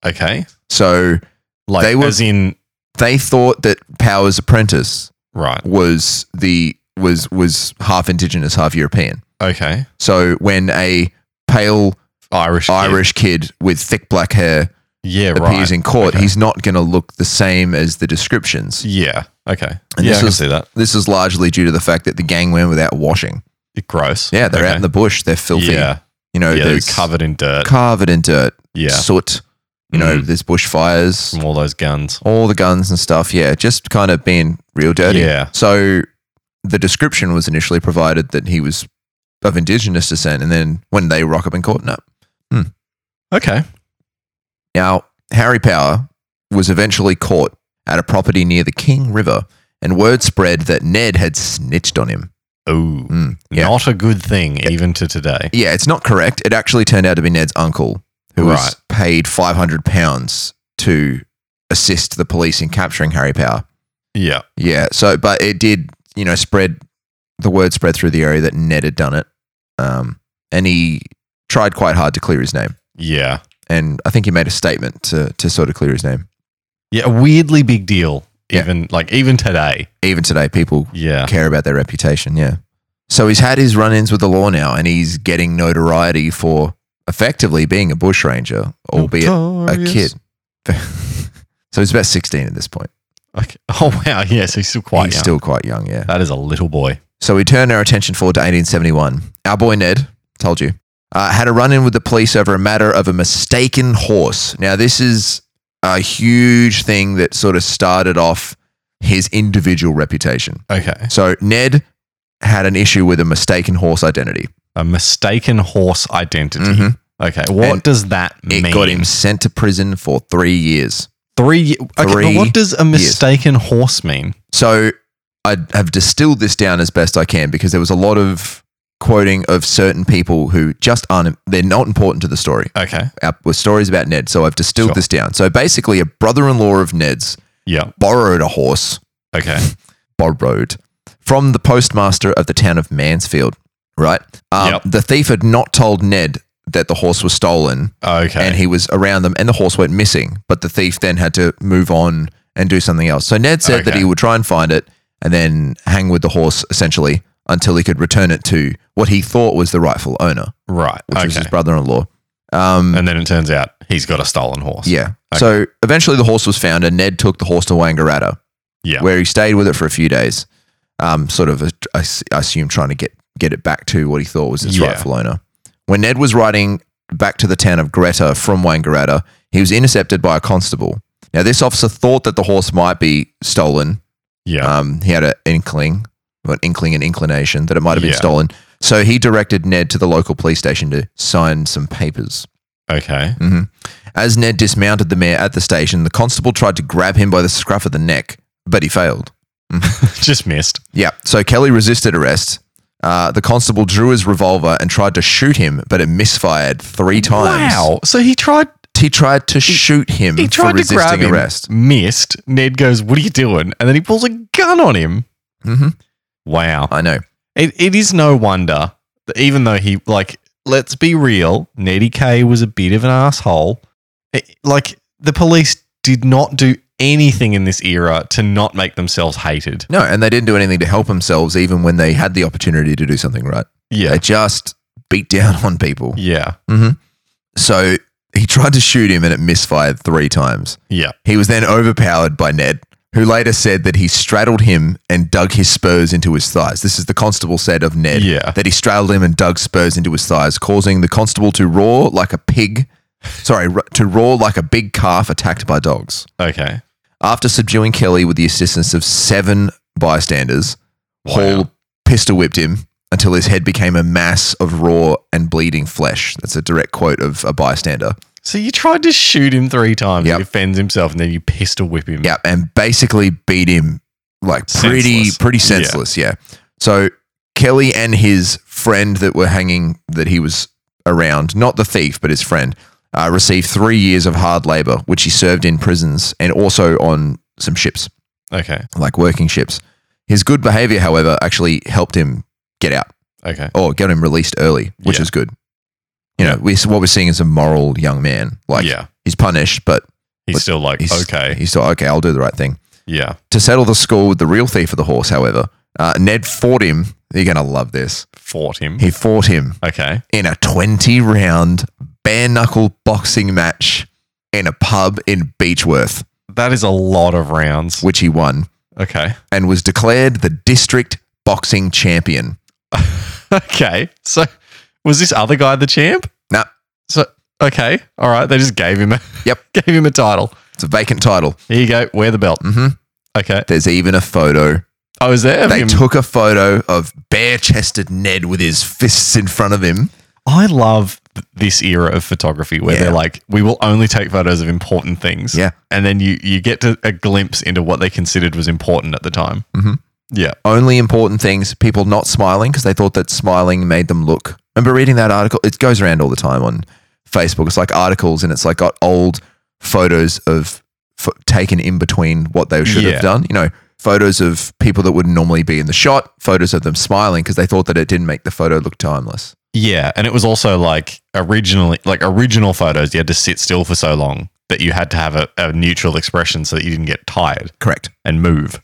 B: Okay.
A: So
B: Like,
A: They were-
B: as in,
A: they thought that Power's apprentice
B: right.
A: was the was was half indigenous, half European.
B: Okay.
A: So when a pale
B: Irish. kid.
A: Irish kid with thick black hair
B: Yeah.
A: appears
B: Right.
A: in court,
B: Okay.
A: he's not going to look the same as the descriptions.
B: yeah. Okay.
A: And
B: yeah.
A: this
B: I can
A: was-
B: see that.
A: This is largely due to the fact that the gang went without washing.
B: Gross.
A: Yeah, they're out
B: Okay.
A: in the bush. They're filthy.
B: Yeah.
A: You know,
B: yeah. They're
A: there's
B: covered in dirt.
A: covered in dirt,
B: yeah. Mm,
A: soot. You know, there's bushfires,
B: From all those guns.
A: all the guns and stuff. Yeah, just kind of being real dirty.
B: Yeah.
A: So the description was initially provided that he was of indigenous descent, and then when they rock up in court, no.
B: Okay.
A: Now, Harry Power was eventually caught at a property near the King River, and word spread that Ned had snitched on him.
B: Ooh.
A: Mm, yeah.
B: Not a good thing, even to today.
A: Yeah, it's not correct. It actually turned out to be Ned's uncle who was
B: Right.
A: paid five hundred pounds to assist the police in capturing Harry Power.
B: Yeah.
A: Yeah, so but it did, you know, spread the word spread through the area that Ned had done it, um, and he tried quite hard to clear his name.
B: Yeah.
A: and I think he made a statement to to sort of clear his name.
B: Yeah, a weirdly big deal.
A: Yeah.
B: Even like even today.
A: Even today, people
B: Yeah.
A: care about their reputation. Yeah. So he's had his run-ins with the law now, and he's getting notoriety for effectively being a bushranger, albeit a kid. [LAUGHS] so he's about sixteen at this point.
B: Okay. [LAUGHS] Oh wow, yes, he's still quite
A: he's
B: young.
A: still quite young. Yeah.
B: that is a little boy.
A: So we turn our attention forward to 1871. Our boy Ned, told you, uh, had a run in with the police over a matter of a mistaken horse. Now, this is a huge thing that sort of started off his individual reputation.
B: Okay.
A: So Ned had an issue with a mistaken horse identity.
B: A mistaken horse identity.
A: Mhm.
B: Okay. What
A: And
B: does that
A: It
B: mean?
A: got him sent to prison for three years.
B: three. Okay,
A: Three
B: but what does a mistaken horse mean?
A: So I have distilled this down as best I can because there was a lot of quoting of certain people who just aren't, they're not important to the story.
B: Okay.
A: our, were stories about Ned. So I've distilled
B: Sure.
A: this down. So basically, a brother in law of Ned's
B: Yeah.
A: borrowed a horse,
B: Okay.
A: borrowed from the postmaster of the town of Mansfield, right? Um,
B: Yep.
A: The thief had not told Ned that the horse was stolen
B: Okay.
A: and he was around them and the horse went missing. But the thief then had to move on and do something else. So Ned said that
B: Okay.
A: he would try and find it and then hang with the horse essentially until he could return it to what he thought was the rightful owner,
B: right.
A: which was
B: Okay.
A: his brother in law. Um,
B: And then it turns out he's got a stolen horse.
A: Yeah. So eventually the horse was found and Ned took the horse to Wangaratta,
B: Yeah.
A: where he stayed with it for a few days, um, sort of, I s- I assume, trying to get, get it back to what he thought was its
B: Yeah.
A: rightful owner. When Ned was riding back to the town of Greta from Wangaratta, he was intercepted by a constable. Now, this officer thought that the horse might be stolen.
B: Yeah.
A: Um, he had an inkling, well, an inkling and inclination that it might have been
B: Yeah.
A: stolen. So he directed Ned to the local police station to sign some papers.
B: okay. [LAUGHS]
A: As Ned dismounted the mare at the station, the constable tried to grab him by the scruff of the neck, but he failed.
B: Just missed.
A: Yeah, so Kelly resisted arrest. Uh, the constable drew his revolver and tried to shoot him, but it misfired three times.
B: Wow. So he tried.
A: He tried to shoot him
B: He
A: for
B: tried to
A: resisting
B: grab him.
A: arrest.
B: Missed. Ned goes, "What are you doing?" And then he pulls a gun on him.
A: hmm
B: Wow.
A: I know.
B: It, it is no wonder that even though he like let's be real, Neddy K was a bit of an asshole. It- like the police did not do anything in this era to not make themselves hated.
A: No, and they didn't do anything to help themselves, even when they had the opportunity to do something right.
B: Yeah.
A: They just beat down [LAUGHS] on people.
B: Yeah.
A: So he tried to shoot him, and it misfired three times.
B: Yeah.
A: He was then overpowered by Ned, who later said that he straddled him and dug his spurs into his thighs. This is the constable said of Ned
B: Yeah.
A: [LAUGHS] that he straddled him and dug spurs into his thighs, causing the constable to roar like a pig. Sorry, ro- to roar like a big calf attacked by dogs.
B: Okay.
A: After subduing Kelly with the assistance of seven bystanders, Hall
B: Wow.
A: pistol whipped him until his head became a mass of raw and bleeding flesh. That's a direct quote of a bystander.
B: So you tried to shoot him three times.
A: Yep.
B: He defends himself, and then you pistol whip him.
A: Yeah, and basically beat him like pretty
B: Senseless.
A: pretty
B: Yeah.
A: senseless. Yeah. So Kelly and his friend that were hanging that he was around, not the thief, but his friend, uh, received three years of hard labor, which he served in prisons and also on some ships,
B: Okay.
A: like working ships. His good behavior, however, actually helped him get out
B: Okay.
A: or get him released early, which
B: Yeah.
A: is good. You
B: Yeah.
A: know, we, what we're seeing is a moral young man. Like
B: yeah.
A: he's punished, but
B: He's
A: but
B: still like
A: he's-
B: okay.
A: he's thought, okay, I'll do the right thing.
B: yeah.
A: To settle the score with the real thief of the horse, however, uh, Ned fought him. You're going to love this.
B: Fought him.
A: He fought him
B: okay.
A: in a 20 round bare knuckle boxing match in a pub in Beechworth,
B: That is a lot of rounds.
A: which he won
B: Okay. [LAUGHS]
A: and was declared the district boxing champion.
B: Okay. So was this other guy the champ?
A: Nah.
B: So okay. All right. They just gave him a
A: Yep.
B: [LAUGHS] gave him a title.
A: It's a vacant title.
B: Here you go. Wear the belt.
A: hmm
B: Okay.
A: There's even a photo.
B: I was there. of
A: They
B: him?
A: took a photo of bare chested Ned with his fists in front of him.
B: I love th- this era of photography where
A: Yeah.
B: they're like, we will only take photos of important things.
A: Yeah.
B: And then you you get to a glimpse into what they considered was important at the time.
A: Mhm.
B: Yeah.
A: only important things, people not smiling because they thought that smiling made them look. Remember reading that article? It goes around all the time on Facebook. It's like articles and it's like got old photos of f- taken in between what they should
B: Yeah.
A: have done. You know, photos of people that would normally be in the shot, photos of them smiling because they thought that it didn't make the photo look timeless.
B: Yeah, and it was also like originally like original photos. You had to sit still for so long that you had to have a, a neutral expression so that you didn't get tired
A: Correct.
B: and move.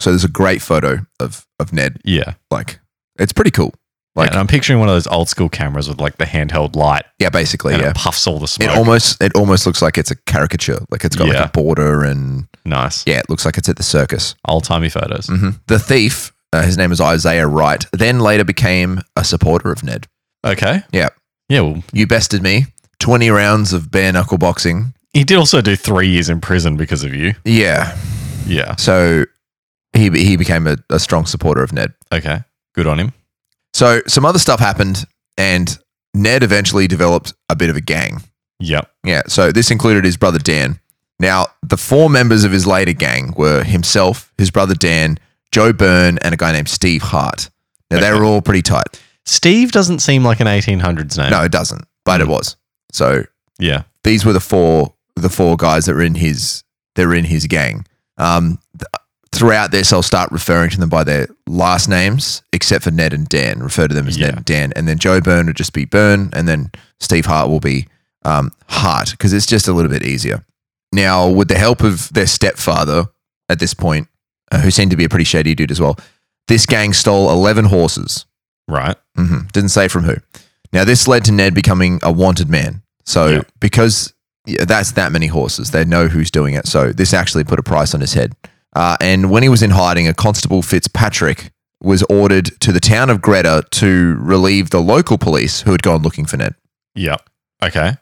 A: So there's a great photo of of Ned.
B: Yeah,
A: Like it's pretty cool. Like
B: and I'm picturing one of those old school cameras with like the handheld light
A: yeah, basically
B: and
A: yeah.
B: it puffs all the
A: It
B: smoke.
A: almost it almost looks like it's a caricature. Like it's got like
B: Yeah.
A: a border and
B: nice
A: yeah, it looks like it's at the circus.
B: old timey photos.
A: hmm The thief, uh, his name is Isaiah Wright, then later became a supporter of Ned.
B: Okay.
A: Yeah.
B: Yeah. Well,
A: You bested me. 20 rounds of bare knuckle boxing.
B: he did also do three years in prison because of you.
A: Yeah.
B: Yeah.
A: So he he became a, a strong supporter of Ned.
B: Okay. Good on him.
A: So some other stuff happened and Ned eventually developed a bit of a gang.
B: Yep.
A: Yeah, so this included his brother Dan. Now, the four members of his later gang were himself, his brother Dan, Joe Byrne, and a guy named Steve Hart. Now, they
B: Okay.
A: were all pretty tight.
B: Steve doesn't seem like an 1800s name.
A: No, it doesn't, but it was. So
B: Yeah.
A: these were the four the four guys that were in his that were in his gang. Um, th- throughout this, I'll start referring to them by their last names, except for Ned and Dan. Refer to them as Ned
B: Yeah.
A: and Dan, and then Joe Byrne would just be Byrne, and then Steve Hart will be um, Hart because it's just a little bit easier. Now, with the help of their stepfather at this point, uh, who seemed to be a pretty shady dude as well, this gang stole eleven horses.
B: Right.
A: hmm Didn't say from who. Now, this led to Ned becoming a wanted man. So,
B: Yeah.
A: because yeah, that's that many horses, they know who's doing it. So, this actually put a price on his head. Uh, and when he was in hiding, a constable Fitzpatrick was ordered to the town of Greta to relieve the local police who had gone looking for Ned.
B: Yep. Okay.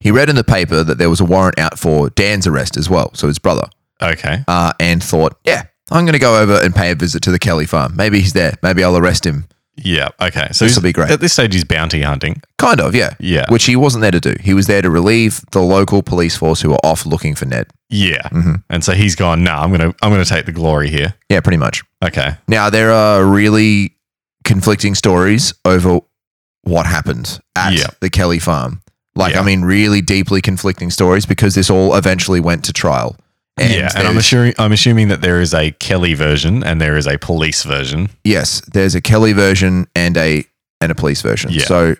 A: He read in the paper that there was a warrant out for Dan's arrest as well, so his brother,
B: Okay.
A: uh, and thought, yeah, I'm going to go over and pay a visit to the Kelly farm. Maybe he's there. Maybe I'll arrest him.
B: Yeah. Okay. So
A: This
B: he's-
A: will be great.
B: At this stage, he's bounty hunting.
A: Kind of, yeah.
B: Yeah.
A: which he wasn't there to do. He was there to relieve the local police force who were off looking for Ned.
B: yeah.
A: Mhm.
B: And so he's gone. Nah, I'm gonna I'm gonna take the glory here.
A: Yeah, pretty much.
B: Okay.
A: Now there are really conflicting stories over what happened at
B: Yeah.
A: the Kelly farm. Like,
B: Yeah.
A: I mean, really deeply conflicting stories because this all eventually went to trial.
B: yeah. And I'm
A: there's-
B: assuming I'm assuming that there is a Kelly version and there is a police version.
A: yes, there's a Kelly version and a and a police version.
B: Yeah.
A: So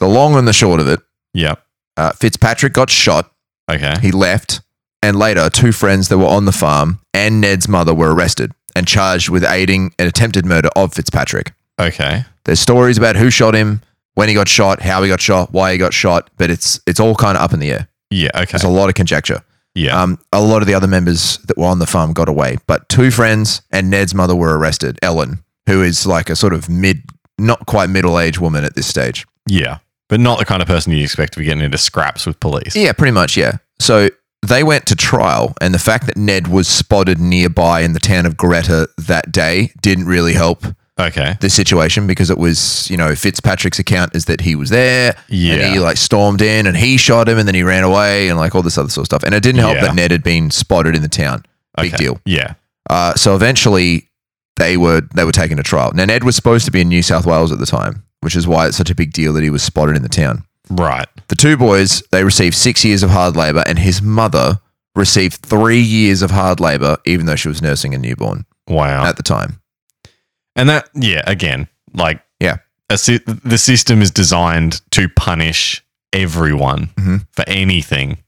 A: the long and the short of it,
B: Yep.
A: uh, Fitzpatrick got shot.
B: Okay.
A: He left, and later, two friends that were on the farm and Ned's mother were arrested and charged with aiding an attempted murder of Fitzpatrick.
B: Okay.
A: There's stories about who shot him, when he got shot, how he got shot, why he got shot, but it's it's all kind of up in the air.
B: Yeah. Okay.
A: There's a lot of conjecture.
B: Yeah.
A: Um, a lot of the other members that were on the farm got away, but two friends and Ned's mother were arrested. Ellen, who is like a sort of mid, not quite middle aged woman at this stage.
B: yeah. But not the kind of person you expect to be getting into scraps with police.
A: Yeah, pretty much, yeah. So they went to trial, and the fact that Ned was spotted nearby in the town of Greta that day didn't really help
B: Okay.
A: the situation because it was, you know, Fitzpatrick's account is that he was there and he
B: Yeah.
A: like stormed in and he shot him and then he ran away and like all this other sort of stuff. And it didn't help
B: Yeah.
A: that Ned had been spotted in the town. Big
B: Okay.
A: deal.
B: Yeah.
A: Uh, so eventually they were they were taken to trial. Now Ned was supposed to be in New South Wales at the time, which is why it's such a big deal that he was spotted in the town.
B: Right.
A: The two boys, they received six years of hard labor, and his mother received three years of hard labor, even though she was nursing a newborn
B: Wow.
A: at the time.
B: And that, yeah, again, like,
A: Yeah.
B: a sy- the system is designed to punish everyone
A: Mhm.
B: for anything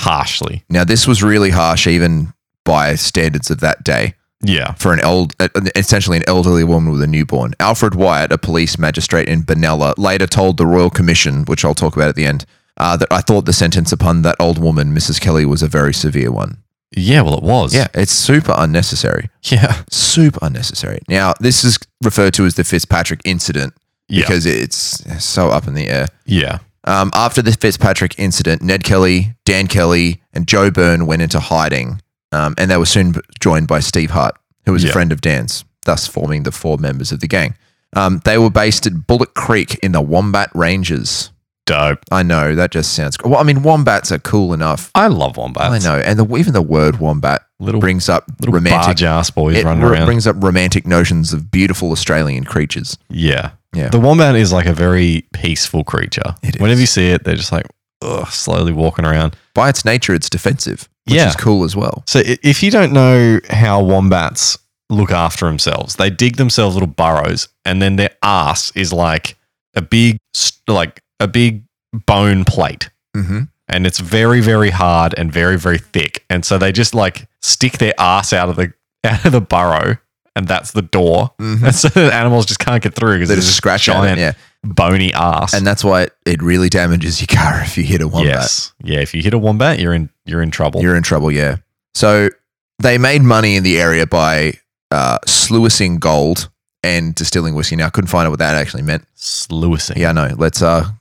B: harshly.
A: Now, this was really harsh, even by standards of that day,
B: Yeah.
A: for an old, uh, essentially an elderly woman with a newborn. Alfred Wyatt, a police magistrate in Benalla, later told the Royal Commission, which I'll talk about at the end, uh, that I thought the sentence upon that old woman, Mrs. Kelly, was a very severe one.
B: Yeah. Well, it was.
A: Yeah, it's super unnecessary.
B: [LAUGHS] Yeah.
A: super unnecessary. Now, this is referred to as the Fitzpatrick incident
B: Yeah.
A: because it's so up in the air.
B: yeah.
A: Um, after the Fitzpatrick incident, Ned Kelly, Dan Kelly, and Joe Byrne went into hiding, um, and they were soon joined by Steve Hart, who was a
B: Yeah.
A: friend of Dan's, thus forming the four members of the gang. Um, they were based at Bullet Creek in the Wombat Ranges.
B: Dope.
A: I know that just sounds. Well, I mean, wombats are cool enough.
B: I love wombats.
A: I know, and the, even the word wombat
B: Little,
A: brings up
B: little
A: romantic
B: barge ass boys
A: it
B: running
A: r-
B: around.
A: brings up romantic notions of beautiful Australian creatures.
B: yeah.
A: Yeah.
B: The wombat is like a very peaceful creature.
A: It is.
B: Whenever you see it, they're just like, ugh, slowly walking around.
A: By its nature, it's defensive, which
B: Yeah.
A: is cool as well.
B: So i- if you don't know how wombats look after themselves, they dig themselves little burrows, and then their ass is like a big s- like a big bone plate
A: Mm-hmm.
B: and it's very very hard and very very thick and so they just like stick their ass out of the [LAUGHS] out of the burrow and that's the door
A: Mm-hmm.
B: and so the animals just can't get through because
A: They just scratch on it.
B: giant
A: Yeah.
B: bony ass
A: And that's why it, it really damages your car if you hit a wombat.
B: yes yeah if you hit a wombat you're in you're in trouble
A: You're in trouble, yeah. So they made money in the area by uh, sluicing gold and distilling whiskey. Now, I couldn't find out what that actually meant.
B: sluicing
A: Yeah, I know. Let's uh,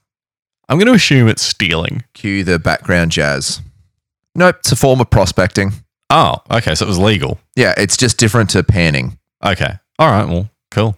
B: i'm going to assume it's stealing
A: cue the background jazz. Nope, it's a form of prospecting.
B: oh okay so it was legal
A: Yeah, it's just different to panning.
B: okay all right well cool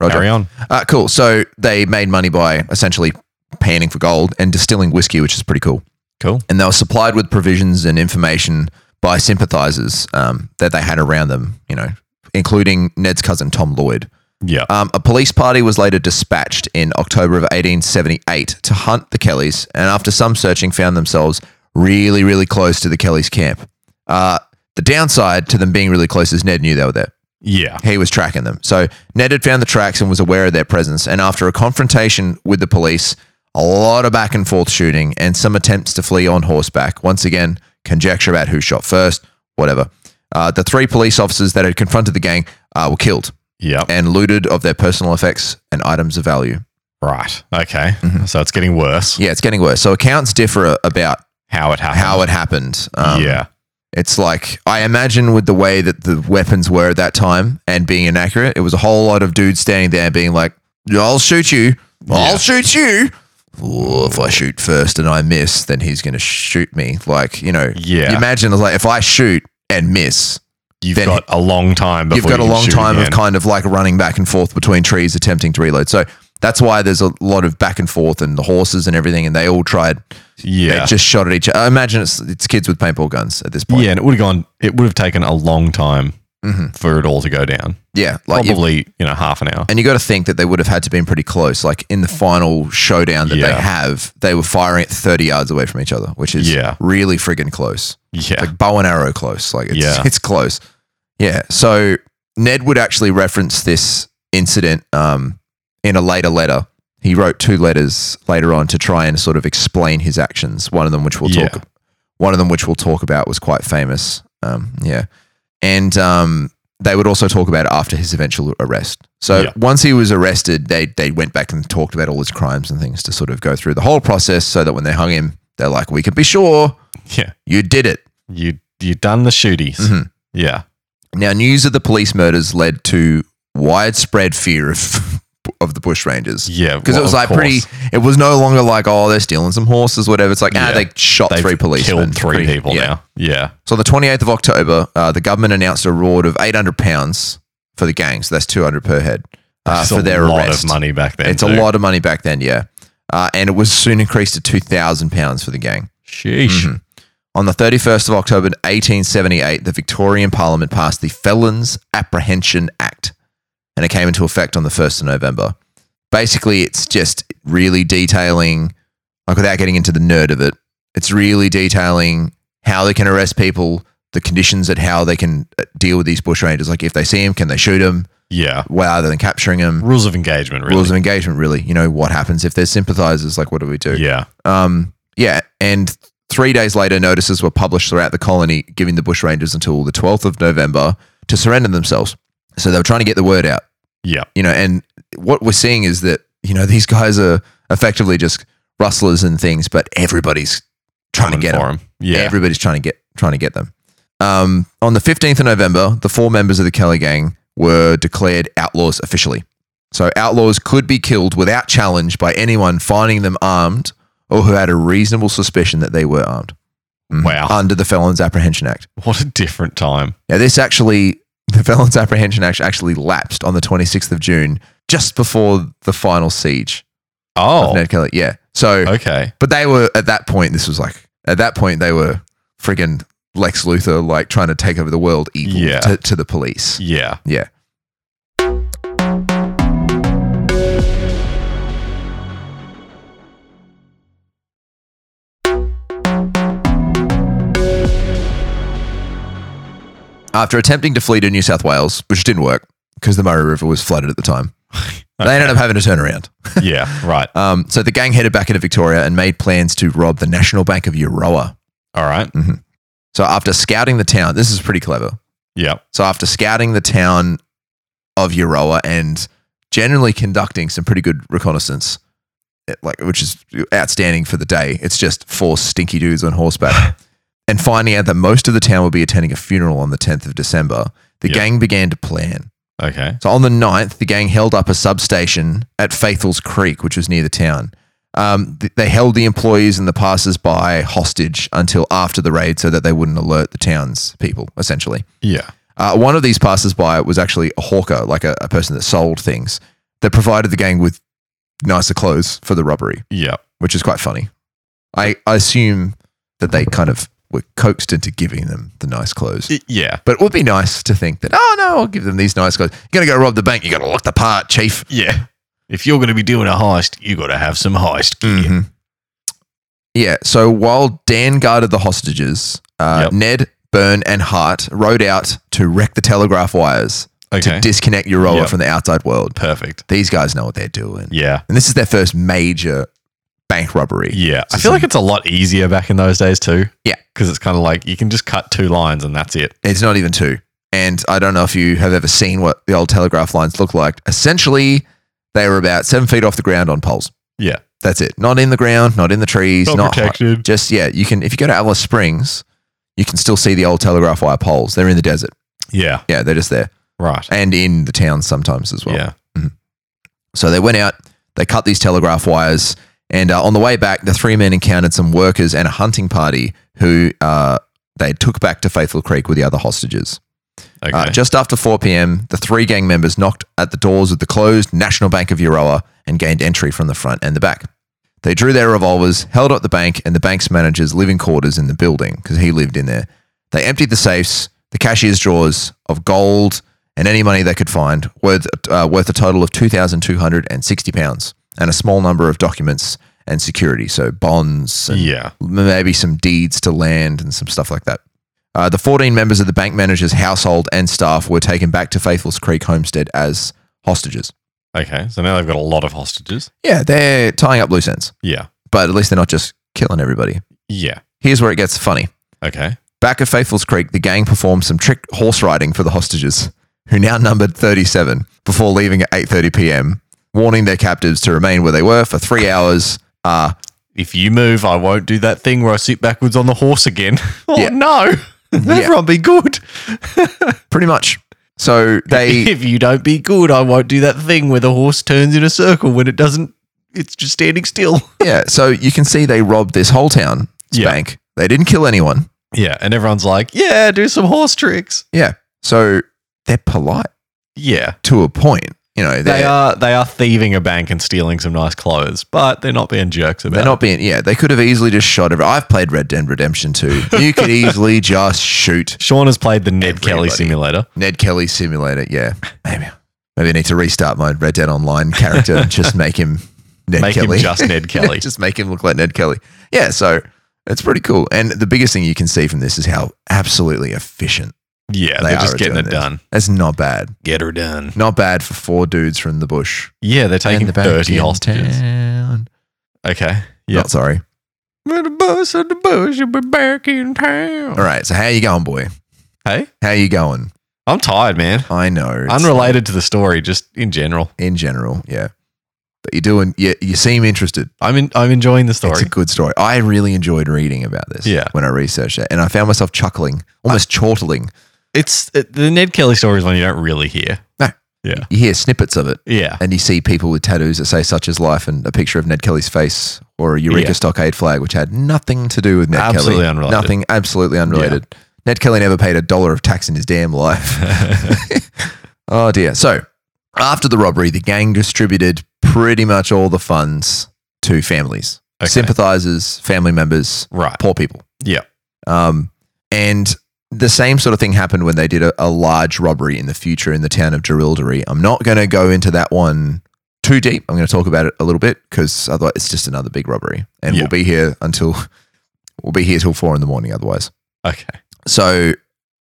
A: Roger.
B: carry on
A: Uh, cool. So they made money by essentially panning for gold and distilling whiskey, which is pretty cool.
B: Cool.
A: And they were supplied with provisions and information by sympathizers um, that they had around them, you know, including Ned's cousin Tom Lloyd.
B: yeah
A: Um, a police party was later dispatched in October of 1878 to hunt the Kellys, and after some searching, found themselves really, really close to the Kellys' camp. Uh, the downside to them being really close is Ned knew they were there
B: yeah
A: he was tracking them. So Ned had found the tracks and was aware of their presence. And after a confrontation with the police, a lot of back and forth shooting and some attempts to flee on horseback. Once again, conjecture about who shot first, whatever. Uh, the three police officers that had confronted the gang uh, were killed
B: yeah
A: and looted of their personal effects and items of value.
B: right okay
A: Mhm.
B: so it's getting worse
A: Yeah, it's getting worse. So accounts differ a- about
B: how it happened
A: how it happened. Um,
B: yeah
A: It's like I imagine with the way that the weapons were at that time and being inaccurate, it was a whole lot of dudes standing there being like, "I'll shoot you, I'll
B: Yeah.
A: shoot you." Or if I shoot first and I miss, then he's gonna shoot me. Like you know,
B: yeah
A: you imagine like if I shoot and miss,
B: you've
A: then-
B: got a long time before
A: you've got a
B: you can
A: long
B: shoot
A: time
B: again.
A: of kind of like running back and forth between trees, attempting to reload. So that's why there's a lot of back and forth and the horses and everything, and they all tried.
B: yeah
A: They just shot at each. other. I imagine it's it's kids with paintball guns at this point.
B: yeah and it would have gone it would have taken a long time
A: Mhm.
B: for it all to go down
A: yeah. Like you've
B: probably you know half an hour
A: And you got to think that they would have had to been pretty close. Like in the final showdown that
B: Yeah.
A: they have, they were firing at 30 yards away from each other, which is
B: Yeah.
A: really friggin' close.
B: yeah
A: Like bow and arrow close. Like it's,
B: Yeah.
A: [LAUGHS] it's close. Yeah. So Ned would actually reference this incident um, in a later letter. He wrote two letters later on to try and sort of explain his actions. One of them, which we'll
B: Yeah.
A: talk, one of them, which we'll talk about, was quite famous. Um, yeah, and um, they would also talk about it after his eventual arrest. So
B: Yeah.
A: once he was arrested, they they went back and talked about all his crimes and things to sort of go through the whole process, so that when they hung him, they're like, "We can be sure
B: [LAUGHS] yeah
A: you did it."
B: you you done the shooties
A: Mhm.
B: yeah
A: Now, news of the police murders led to widespread fear of [LAUGHS] of the bushrangers.
B: yeah
A: Because it
B: well,
A: was
B: of
A: like pretty,
B: course.
A: it was no longer like, oh, they're stealing some horses, whatever. It's like, ah,
B: Yeah.
A: they shot
B: They've
A: three policemen.
B: killed three
A: Pretty-
B: people
A: yeah.
B: now yeah
A: So on the 28th of October, uh, the government announced a reward of 800 pounds for the gang. So that's 200 per head uh,
B: It's
A: for
B: a
A: their
B: lot
A: arrest.
B: of money back then
A: it's
B: too.
A: a lot of money back then, yeah. Uh, and it was soon increased to 2,000 pounds for the gang.
B: sheesh
A: Mhm. On the 31st of October 1878, the Victorian Parliament passed the Felons Apprehension Act and it came into effect on the 1st of November. Basically, it's just really detailing, like without getting into the nerd of it, it's really detailing how they can arrest people, the conditions at how they can uh, deal with these bushrangers. Like if they see him, can they shoot him?
B: yeah
A: Wow, they're then capturing him.
B: rules of engagement really
A: Rules of engagement, really. You know, what happens if there's sympathizers? Like, what do we do?
B: yeah
A: Um, yeah, and three days later, notices were published throughout the colony, giving the bushrangers until the 12th of November to surrender themselves. So they were trying to get the word out,
B: yeah
A: you know. And what we're seeing is that you know these guys are effectively just rustlers and things, but everybody's trying
B: coming
A: to get
B: for
A: them.
B: 'em. yeah
A: Everybody's trying to get trying to get them. Um, on the 15th of November, the four members of the Kelly gang were declared outlaws officially. So outlaws could be killed without challenge by anyone finding them armed or who had a reasonable suspicion that they were armed. Mhm.
B: Wow. [LAUGHS]
A: Under the Felons Apprehension Act.
B: what a different time
A: Now, this actually, [LAUGHS] the Felons Apprehension Act actually lapsed on the 26th of June, just before the final siege of
B: oh
A: Ned Kelly. Yeah. So
B: okay
A: but they were at that point. This was like at that point they were friggin' Lex Luthor, like trying to take over the world, equal
B: Yeah.
A: to, to the police.
B: yeah
A: Yeah. After attempting to flee to New South Wales, which didn't work because the Murray River was flooded at the time, They ended up having a turnaround. [LAUGHS]
B: yeah, right.
A: Um, so the gang headed back into Victoria and made plans to rob the National Bank of Euroa.
B: All right.
A: So after scouting the town, this is pretty clever.
B: Yeah.
A: So after scouting the town of Euroa and generally conducting some pretty good reconnaissance, it- like which is outstanding for the day, it's just four stinky dudes on horseback. and finding out that most of the town will be attending a funeral on the 10th of December, the
B: Yeah.
A: gang began to plan.
B: Okay.
A: So on the 9th, the gang held up a substation at Faithful's Creek, which was near the town. Um, th- they held the employees and the passers-by hostage until after the raid so that they wouldn't alert the town's people, essentially.
B: Yeah.
A: Uh, one of these passers-by was actually a hawker, like a, a person that sold things, that provided the gang with nicer clothes for the robbery,
B: Yeah.
A: which is quite funny. I, I assume that they kind of were coaxed into giving them the nice clothes.
B: I- yeah.
A: But it would be nice to think that, oh no, I'll give them these nice clothes. You're gonna go rob the bank, you gotta look the part, chief.
B: Yeah. If you're going to be doing a heist, you got to have some heist gear.
A: Mhm. Yeah. So while Dan guarded the hostages, uh,
B: Yep.
A: Ned, Byrne, and Hart rode out to wreck the telegraph wires
B: Okay.
A: to disconnect Euroa
B: Yep.
A: from the outside world.
B: Perfect.
A: These guys know what they're doing.
B: Yeah.
A: And this is their first major bank robbery.
B: Yeah. I
A: So
B: feel like
A: some-
B: it's a lot easier back in those days too.
A: Yeah.
B: Because it's kind of like you can just cut two lines and that's it.
A: It's not even two. And I don't know if you have ever seen what the old telegraph lines look like. Essentially, they were about seven feet off the ground on poles.
B: Yeah.
A: That's it. Not in the ground, not in the trees, not high- just yeah, you can if you go to Alice Springs, you can still see the old telegraph wire poles. They're in the desert.
B: Yeah.
A: Yeah, they're just there.
B: Right.
A: And in the towns sometimes as well.
B: yeah.
A: So they went out, they cut these telegraph wires, and uh, on the way back, the three men encountered some workers and a hunting party who uh, they took back to Faithful Creek with the other hostages.
B: Okay.
A: Uh, just after 4 p.m., the three gang members knocked at the doors of the closed National Bank of Euroa and gained entry from the front and the back. They drew their revolvers, held up the bank and the bank's manager's living quarters in the building because he lived in there. They emptied the safes, the cashier's drawers of gold and any money they could find, worth, uh, worth a total of £2,260 and a small number of documents and security, so bonds and
B: yeah.
A: maybe some deeds to land and some stuff like that. Uh, the 14 members of the bank manager's household and staff were taken back to Faithful's Creek homestead as hostages.
B: Okay. So now they've got a lot of hostages.
A: Yeah, they're tying up loose ends,
B: Yeah.
A: but at least they're not just killing everybody.
B: Yeah.
A: Here's where it gets funny.
B: Okay.
A: Back at Faithful's Creek, the gang performed some trick horse riding for the hostages, who now numbered 37, before leaving at 8:30 p.m., warning their captives to remain where they were for three hours. Uh,
B: If you move, I won't do that thing where I sit backwards on the horse again. [LAUGHS] oh
A: Yeah.
B: no. Everyone be good.
A: pretty much. So they
B: [LAUGHS] if you don't be good, I won't do that thing where the horse turns in a circle when it doesn't. It's just standing still. [LAUGHS]
A: yeah, so you can see they robbed this whole town
B: Yeah.
A: bank. They didn't kill anyone.
B: Yeah, and everyone's like, "Yeah, do some horse tricks."
A: Yeah. So they're polite
B: Yeah,
A: to a point. You know, they're,
B: they
A: they are,
B: are they are thieving a bank and stealing some nice clothes, but they're not being jerks about
A: they're not being, yeah, they could have easily just shot every. I've played Red Dead Redemption
B: [LAUGHS]
A: 2. You could easily just shoot
B: it. Sean has played the Ned Kelly
A: Everybody.
B: simulator.
A: Ned Kelly Simulator. Yeah. Maybe, maybe I need to restart my Red Dead Online character and just make him Ned
B: Make
A: Kelly. [LAUGHS]
B: him just [LAUGHS] Ned Kelly.
A: just make him look like Ned Kelly. Yeah. So it's pretty cool. And the biggest thing you can see from this is how absolutely efficient.
B: yeah,
A: They
B: they're
A: are
B: just getting
A: doing
B: it
A: this.
B: done.
A: That's not bad.
B: Get her done.
A: Not bad for four dudes from the bush.
B: Yeah, they're taking
A: And the back
B: thirty
A: in
B: hostages.
A: town.
B: Okay.
A: Yeah.
B: Yep.
A: Not sorry.
B: The bus and the bus, you'll be back in town.
A: All right. So how you going, boy?
B: Hey,
A: How you going?
B: I'm tired, man.
A: I know. it's um,
B: Unrelated to the story, just in general.
A: in general, yeah. But you're doing. You, you seem interested.
B: I'm in, I'm enjoying the
A: It's
B: story.
A: a good story. I really enjoyed reading about this.
B: Yeah.
A: When I researched it, and I found myself chuckling, almost chortling.
B: It's, it- the Ned Kelly story is one you don't really hear.
A: You hear snippets of it,
B: Yeah.
A: and you see people with tattoos that say "such is life" and a picture of Ned Kelly's face or a Eureka
B: Yeah.
A: Stockade flag, which had nothing to do with Ned
B: Absolutely
A: Kelly.
B: unrelated.
A: Nothing. Absolutely unrelated. Ned Kelly never paid a dollar of tax in his damn
B: [LAUGHS]
A: life. Oh dear. So after the robbery, the gang distributed pretty much all the funds to families,
B: Okay.
A: sympathizers, family members,
B: right.
A: poor people.
B: Yeah.
A: Um, and the same sort of thing happened when they did a, a large robbery in the future in the town of Gerildery. I'm not going to go into that one too deep. I'm going to talk about it a little bit because otherwise it's just another big robbery, and
B: Yeah.
A: we'll be here until we'll be here till four in the morning. Otherwise.
B: Okay.
A: So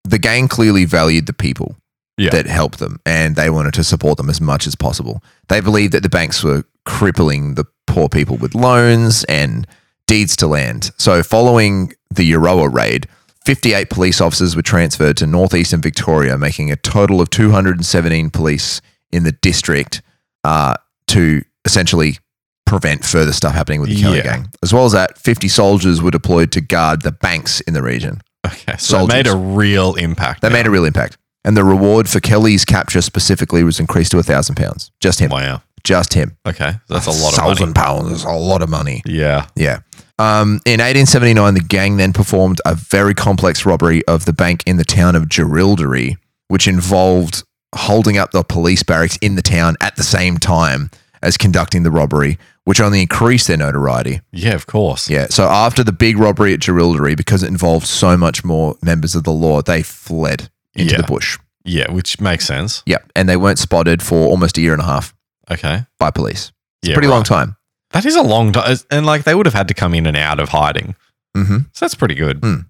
A: the gang clearly valued the people.
B: Yeah.
A: that helped them, and they wanted to support them as much as possible. They believed that the banks were crippling the poor people with loans and deeds to land. So, following the Euroa raid, 58 police officers were transferred to northeastern Victoria, making a total of 217 police in the district uh, to essentially prevent further stuff happening with the Kelly
B: Yeah.
A: gang. As well as that, 50 soldiers were deployed to guard the banks in the region.
B: Okay, so that
A: Soldiers.
B: made a real impact.
A: That
B: now.
A: made a real impact. And the reward for Kelly's capture specifically was increased to a thousand pounds. Just him.
B: wow.
A: Just him.
B: Okay, that's a lot of money.
A: thousand pounds. A lot of money.
B: Yeah,
A: Yeah. Um, in 1879, the gang then performed a very complex robbery of the bank in the town of Gerildery, which involved holding up the police barracks in the town at the same time as conducting the robbery, which only increased their notoriety.
B: yeah, of course.
A: Yeah. So after the big robbery at Gerildery, because it involved so much more members of the law, they fled into
B: Yeah.
A: the bush.
B: Yeah, which makes sense.
A: Yeah. And they weren't spotted for almost a year and a half
B: Okay,
A: by police. It's
B: Yeah,
A: a pretty long
B: right.
A: time.
B: That is a long time, and like they would have had to come in and out of hiding,
A: hmm
B: so that's pretty good.
A: Mm.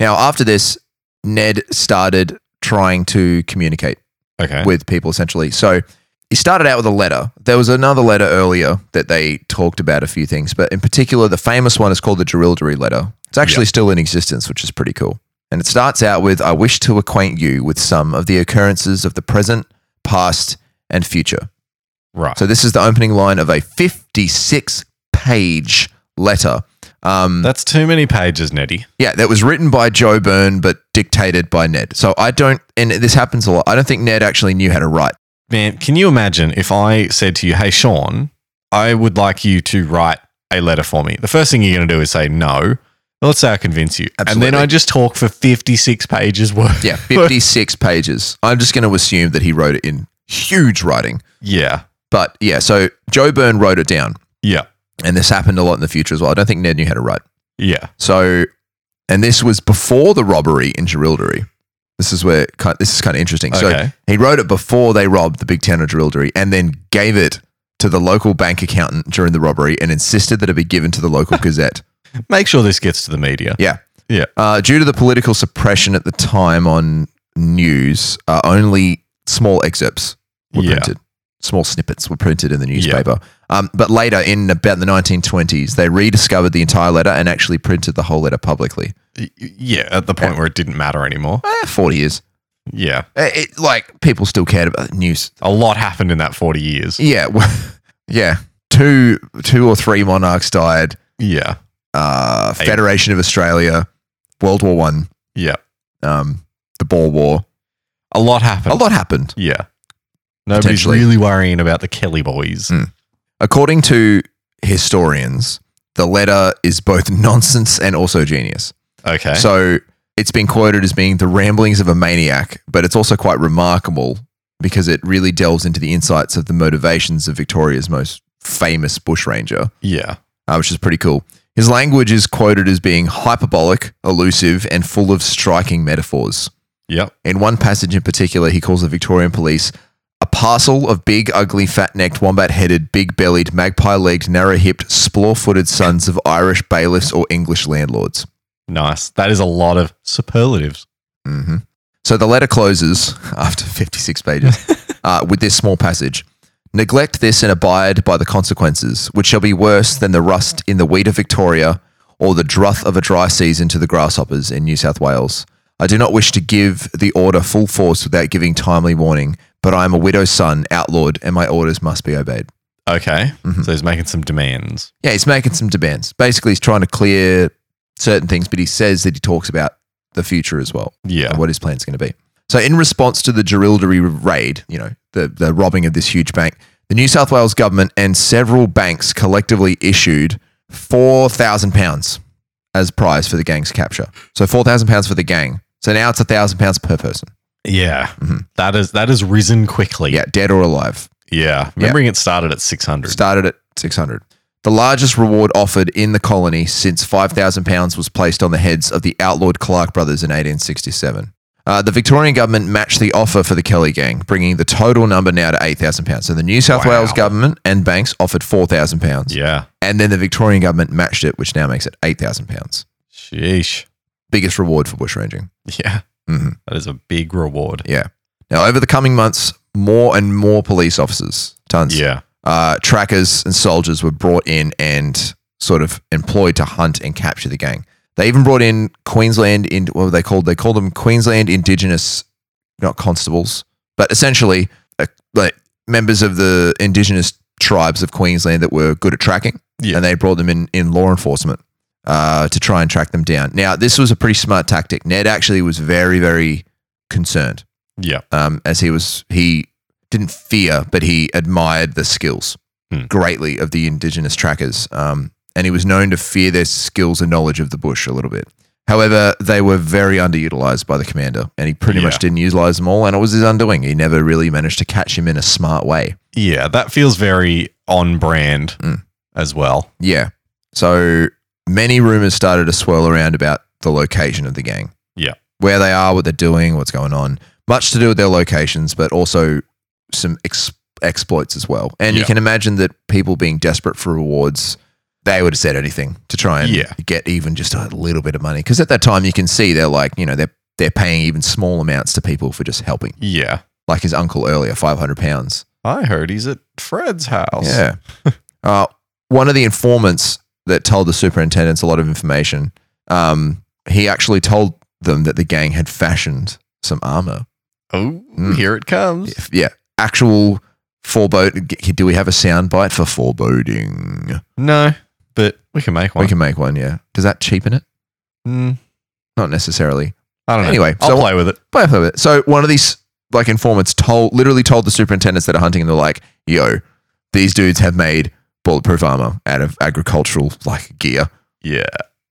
A: Now, after this, Ned started trying to communicate
B: Okay,
A: with people essentially. So he started out with a letter. There was another letter earlier that they talked about a few things, but in particular, the famous one is called the Gerildery letter. It's actually still in existence, which is pretty cool. And it starts out with I wish to acquaint you with some of the occurrences of the present, past, and future.
B: right.
A: So this is the opening line of a 56 page letter. Um,
B: that's too many pages, Nettie.
A: yeah, that was written by Joe Byrne, but dictated by Ned. So I don't, and this happens a lot. I don't think Ned actually knew how to write.
B: Man, can you imagine if I said to you, "Hey, Sean, I would like you to write a letter for me"? The first thing you're going to do is say no. Let's say I convince you, and then
A: Absolutely.
B: I just talk for fifty-six pages worth.
A: Yeah, 56 pages. I'm just going to assume that he wrote it in huge writing.
B: yeah,
A: But yeah, so Joe Byrne wrote it down,
B: yeah,
A: and this happened a lot in the future as well. I don't think Ned knew how to write.
B: yeah.
A: So, and this was before the robbery in Gerildery. This is where ki- this is kind of interesting. So
B: Okay.
A: he wrote it before they robbed the big town of Gerildery, and then gave it to the local bank accountant during the robbery, and insisted that it be given to the local Gazette.
B: Make sure this gets to the media.
A: Yeah.
B: Yeah.
A: Uh, due to the political suppression at the time on news, uh, only small excerpts were
B: Yeah.
A: printed. Small snippets were printed in the newspaper. Um, but later, in about the 1920s, they rediscovered the entire letter and actually printed the whole letter publicly.
B: Y- y- Yeah, at the point where it didn't matter anymore.
A: Eh, 40 years.
B: Yeah,
A: Eh, It, like, people still cared about the news.
B: a lot happened in that 40 years.
A: Yeah. [LAUGHS] well, yeah. Two, two or three monarchs died.
B: Yeah,
A: Uh,
B: Eight.
A: Federation of Australia, World War One,
B: yeah,
A: um, the Boer War.
B: a lot happened.
A: A lot happened.
B: Yeah, nobody's
A: Potentially.
B: really worrying about the Kelly boys.
A: Mm. According to historians, the letter is both [LAUGHS] nonsense and also genius.
B: Okay,
A: So it's been quoted as being the ramblings of a maniac, but it's also quite remarkable because it really delves into the insights of the motivations of Victoria's most famous bushranger,
B: yeah,
A: uh, which is pretty cool. His language is quoted as being hyperbolic, elusive, and full of striking metaphors.
B: yep.
A: In one passage in particular, he calls the Victorian police a parcel of big, ugly, fat necked, wombat headed, big bellied, magpie legged, narrow hipped, splore footed sons of Irish bailiffs or English landlords.
B: Nice. That is a lot of superlatives.
A: hmm So the letter closes [LAUGHS] after 56 pages uh, with this small passage. Neglect this and abide by the consequences, which shall be worse than the rust in the wheat of Victoria or the druth of a dry season to the grasshoppers in New South Wales. I do not wish to give the order full force without giving timely warning, but I am a widow's son, outlawed, and my orders must be obeyed.
B: Okay,
A: Mhm.
B: so he's making some demands.
A: Yeah, he's making some demands. Basically, he's trying to clear certain things, but he says that he talks about the future as well
B: Yeah,
A: and what his plan's going to be. So, in response to the Gerildery raid, you know, the, the robbing of this huge bank, the New South Wales government and several banks collectively issued £4,000 as prize for the gang's capture. So, £4,000 for the gang. So now it's £1,000 per person.
B: yeah.
A: Mhm.
B: That is that has risen quickly.
A: Yeah, dead or alive.
B: yeah. Remembering it started at 600.
A: Started at 600 The largest reward offered in the colony since £5,000 was placed on the heads of the outlawed Clark brothers in 1867. Uh, the Victorian government matched the offer for the Kelly gang, bringing the total number now to £8,000. So the New South
B: Wow.
A: Wales government and banks offered £4,000.
B: yeah.
A: And then the Victorian government matched it, which now makes it £8,000.
B: Sheesh.
A: Biggest reward for bushranging.
B: Yeah.
A: Mhm.
B: That is a big reward.
A: Yeah. Now, over the coming months, more and more police officers, tons,
B: Yeah.
A: uh, trackers and soldiers were brought in and sort of employed to hunt and capture the gang. They even brought in Queensland in what were they called? They called them Queensland Indigenous, not constables, but essentially uh, like members of the Indigenous tribes of Queensland that were good at tracking,
B: Yeah.
A: and they brought them in in law enforcement uh, to try and track them down. Now, this was a pretty smart tactic. Ned actually was very, very concerned
B: Yeah.
A: um, as he was he didn't fear, but he admired the skills
B: Hmm.
A: greatly of the indigenous trackers, um, and he was known to fear their skills and knowledge of the bush a little bit. However, they were very underutilized by the commander, and he pretty
B: Yeah.
A: much didn't utilize them all, and it was his undoing. He never really managed to catch him in a smart way.
B: Yeah. That feels very on brand
A: Mm.
B: as well.
A: Yeah. So many rumors started to swirl around about the location of the gang.
B: Yeah.
A: Where they are, what they're doing, what's going on. Much to do with their locations, but also some ex- exploits as well. And you
B: Yeah.
A: can imagine that people being desperate for rewards, they would have said anything to try and
B: Yeah.
A: get even just a little bit of money. Because at that time, you can see they're like, you know, they're they're paying even small amounts to people for just helping.
B: Yeah.
A: Like his uncle earlier, five hundred pounds.
B: I heard he's at Fred's house.
A: Yeah. uh, one of the informants that told the superintendents a lot of information, um, he actually told them that the gang had fashioned some armor.
B: Oh,
A: Mm.
B: here it comes.
A: If- Yeah. Actual foreboding. Do we have a sound bite for foreboding?
B: No, but we can make one.
A: We can make one, yeah. Does that cheapen it?
B: Mm,
A: Not necessarily.
B: I don't know.
A: Anyway,
B: I'll
A: so-
B: play with it.
A: But I love it. So one of these like informants told literally told the superintendents that are hunting and they're like, yo, these dudes have made bulletproof armor out of agricultural like gear.
B: Yeah.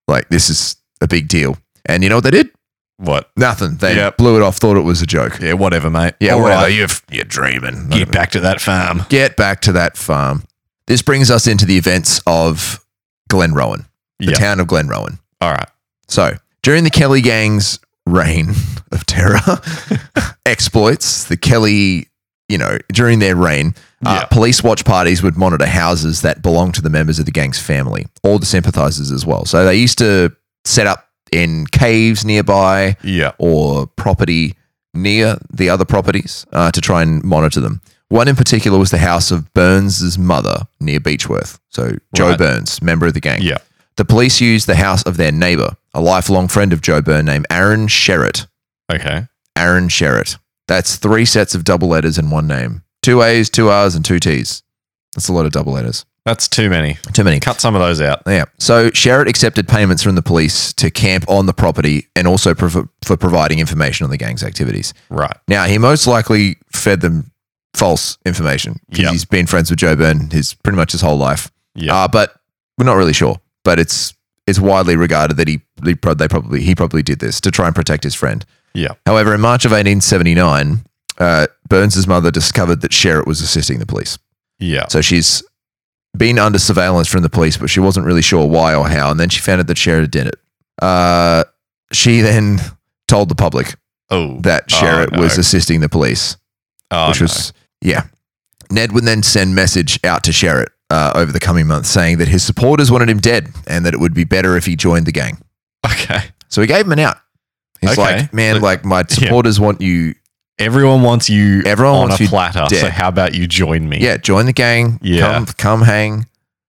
A: Like this is a big deal. And you know what they did?
B: What?
A: Nothing. They
B: Yep.
A: blew it off. Thought it was a joke.
B: Yeah, whatever, mate.
A: Yeah,
B: All
A: whatever.
B: right.
A: You're, you're dreaming.
B: Get back to that farm.
A: Get back to that farm. This brings us into the events of Glenrowan, the
B: Yeah.
A: town of Glenrowan.
B: All right.
A: So during the Kelly gang's reign of
B: [LAUGHS]
A: terror exploits, the Kelly, you know, during their reign, uh,
B: Yeah.
A: police watch parties would monitor houses that belonged to the members of the gang's family or the sympathizers as well. So they used to set up in caves nearby
B: Yeah.
A: or property near the other properties uh, to try and monitor them. One in particular was the house of Burns' mother near Beechworth. So Joe
B: Right.
A: Burns, member of the gang.
B: Yeah.
A: The police used the house of their neighbor, a lifelong friend of Joe Byrne named Aaron Sherritt.
B: Okay.
A: Aaron Sherritt. That's three sets of double letters in one name. Two A's, two R's, and two T's. That's a lot of double letters.
B: That's too many.
A: Too many.
B: Cut some of those out.
A: Yeah. So Sherritt accepted payments from the police to camp on the property and also prov- for providing information on the gang's activities.
B: Right.
A: Now, he most likely fed them false information because
B: Yep.
A: he's been friends with Joe Byrne his pretty much his whole life.
B: Yeah.
A: Uh, but we're not really sure. But it's it's widely regarded that he, he prob- they probably he probably did this to try and protect his friend.
B: Yeah.
A: However, in March of 1879, uh, Burns's mother discovered that Sherritt was assisting the police.
B: yeah.
A: So she's been under surveillance from the police, but she wasn't really sure why or how. And then she found out that Sherritt did it. Uh, she then told the public
B: Oh.
A: that
B: Oh,
A: Sherritt was
B: no.
A: assisting the police
B: oh,
A: which
B: no.
A: was yeah. Ned would then send message out to Sherritt uh, over the coming months saying that his supporters wanted him dead and that it would be better if he joined the gang.
B: [LAUGHS] okay.
A: So he gave him an out. He's
B: Okay.
A: like, man,
B: Look-
A: like my
B: [LAUGHS] Yeah.
A: supporters want you.
B: Everyone wants you
A: Everyone
B: on
A: wants
B: a
A: you
B: platter. So
A: dead.
B: how about you join me?
A: Yeah, join the gang.
B: Yeah.
A: come, come hang,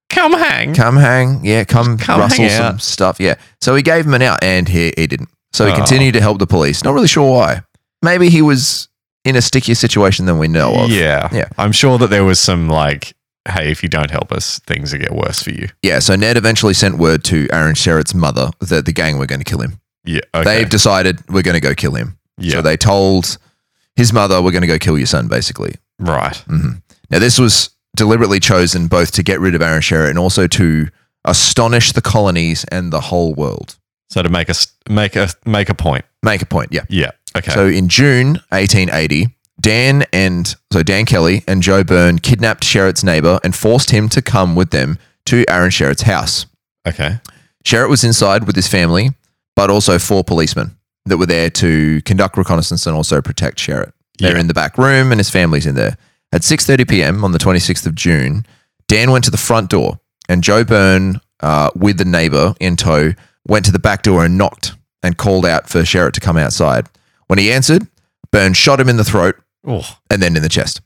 B: Come hang.
A: come hang. Yeah, come,
B: Come
A: rustle
B: hang
A: some stuff. Yeah. So he gave him an out, and he he didn't. So he
B: Oh.
A: continued to help the police. Not really sure why. Maybe he was in a stickier situation than we know of.
B: Yeah.
A: Yeah.
B: I'm sure that there was some like, hey, if you don't help us, things will get worse for you.
A: Yeah, so Ned eventually sent word to Aaron Sherritt's mother that the gang were going to kill him.
B: Yeah. Okay.
A: They've decided we're going to go kill him.
B: yeah.
A: So they told his mother, "We're going to go kill your son," basically.
B: right.
A: hmm Now this was deliberately chosen both to get rid of Aaron Sherritt and also to astonish the colonies and the whole world.
B: So to make a s- make a make a point.
A: Make a point, yeah.
B: Yeah. Okay.
A: So in June 1880, Dan and so Dan Kelly and Joe Byrne kidnapped Sherritt's neighbor and forced him to come with them to Aaron Sherritt's house.
B: okay.
A: Sherritt was inside with his family, but also four policemen that were there to conduct reconnaissance and also protect Sherritt. They're
B: Yeah.
A: in the back room and his family's in there. At 6.30 p.m. on the 26th of June, Dan went to the front door and Joe Byrne, uh, with the neighbor in tow, went to the back door and knocked and called out for Sherritt to come outside. When he answered, Burns shot him in the throat
B: Oh,
A: and then in the chest.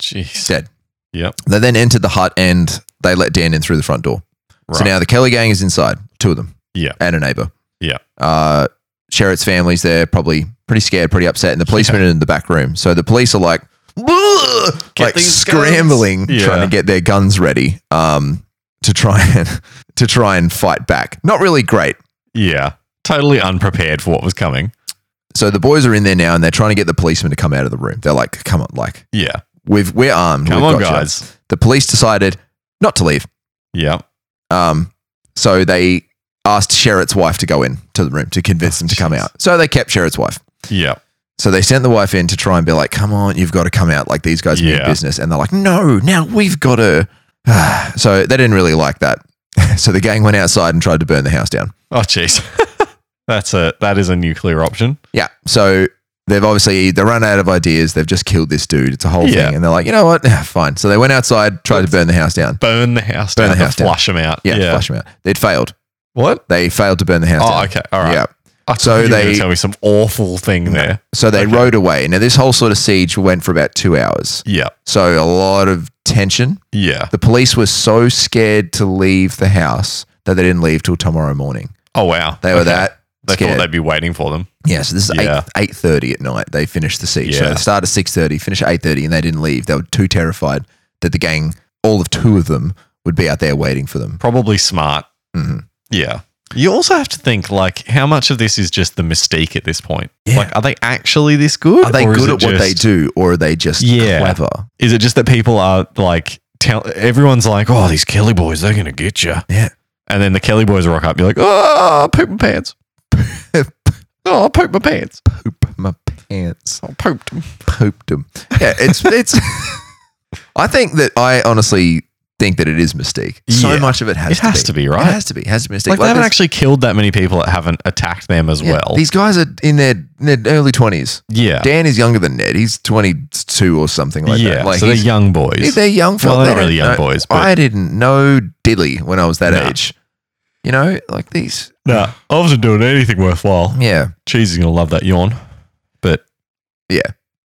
B: jeez.
A: Dead.
B: Yep.
A: They then entered the hut and they let Dan in through the front door. So
B: Right.
A: now the Kelly gang is inside, two of them.
B: Yeah.
A: And a neighbor.
B: Yeah.
A: Uh, Sherritt's family's there, probably pretty scared, pretty upset. And the policemen are in the back room. So the police are like, "Ugh,"
B: [LAUGHS] Get
A: like
B: these
A: scrambling,
B: guns.
A: trying
B: Yeah.
A: to get their guns ready um, to try and [LAUGHS] to try and fight back. Not really great.
B: Yeah. Totally unprepared for what was coming.
A: So the boys are in there now, and they're trying to get the policemen to come out of the room. They're like, "Come on, like
B: Yeah.
A: we've we're armed.
B: Come
A: we've
B: on,
A: got you."
B: guys.
A: The police decided not to leave.
B: Yep.
A: Um, so they asked Sherritt's wife to go in to the room to convince
B: Oh,
A: them to come
B: jeez.
A: out. So they kept Sherritt's wife.
B: Yep.
A: So they sent the wife in to try and be like, "Come on, you've got to come out." Like these guys mean
B: Yeah.
A: business, and they're like, "No, now we've got to." [SIGHS] so they didn't really like that. [LAUGHS] so the gang went outside and tried to burn the house down.
B: Oh, jeez. [LAUGHS] That's a that is a nuclear option.
A: Yeah. So they've obviously they run out of ideas. They've just killed this dude. It's a whole
B: Yeah.
A: thing, and they're like, "You know what? [SIGHS] Fine." So they went outside, tried to burn the house down.
B: Burn the house
A: Burn
B: down.
A: the
B: to
A: house down.
B: flush them out.
A: Yeah, flush them out. They'd failed.
B: What?
A: They failed to burn the house
B: Oh,
A: down.
B: okay. All right.
A: Yeah.
B: I
A: So
B: thought you were
A: they-
B: gonna tell me some awful thing there.
A: So they
B: Okay.
A: rode away. Now, this whole sort of siege went for about two hours.
B: Yeah.
A: So, a lot of tension.
B: Yeah.
A: The police were so scared to leave the house that they didn't leave till tomorrow morning.
B: Oh wow.
A: They were
B: Okay.
A: that
B: They
A: scared.
B: thought they'd be waiting for them.
A: yeah, so this is
B: Yeah.
A: 8, 8.30 at night. They finished the siege. So,
B: Yeah.
A: they started at 6.30, finished at 8.30, and they didn't leave. They were too terrified that the gang, all of two of them, would be out there waiting for them.
B: Probably smart.
A: Mhm.
B: Yeah. You also have to think like how much of this is just the mystique at this point.
A: Yeah.
B: Like, are they actually this good?
A: Are they
B: Or is
A: good
B: it
A: at what they
B: just-
A: do, or are they just
B: Yeah.
A: clever? [LAUGHS]
B: Is it just that people are like tell everyone's like, oh, these Kelly boys, they're gonna get you.
A: Yeah.
B: And then the Kelly boys rock up. You're like, oh, I poop my pants. oh, I pooped my pants.
A: Poop my pants.
B: I pooped them.
A: pooped him. Yeah,
B: [LAUGHS]
A: it's it's. I think that I honestly think that it is mystique. So
B: Yeah.
A: much of it has
B: it
A: to
B: has
A: be.
B: to be, right?
A: It has to be. It has to be mystique.
B: like, they haven't
A: this-
B: actually killed that many people that haven't attacked them as
A: yeah,
B: well.
A: These guys are in their, in their early twenties.
B: yeah.
A: Dan is younger than Ned. He's twenty two or something like
B: yeah.
A: that. Like
B: so they're
A: he's-
B: young boys.
A: they're young.
B: well,
A: fella.
B: they're
A: They
B: not really
A: don't
B: young
A: know-
B: boys, but-
A: I didn't know diddly when I was that
B: Nah.
A: age. You know, like these.
B: nah, I wasn't doing anything worthwhile.
A: Yeah.
B: Cheese is going to love that yawn. But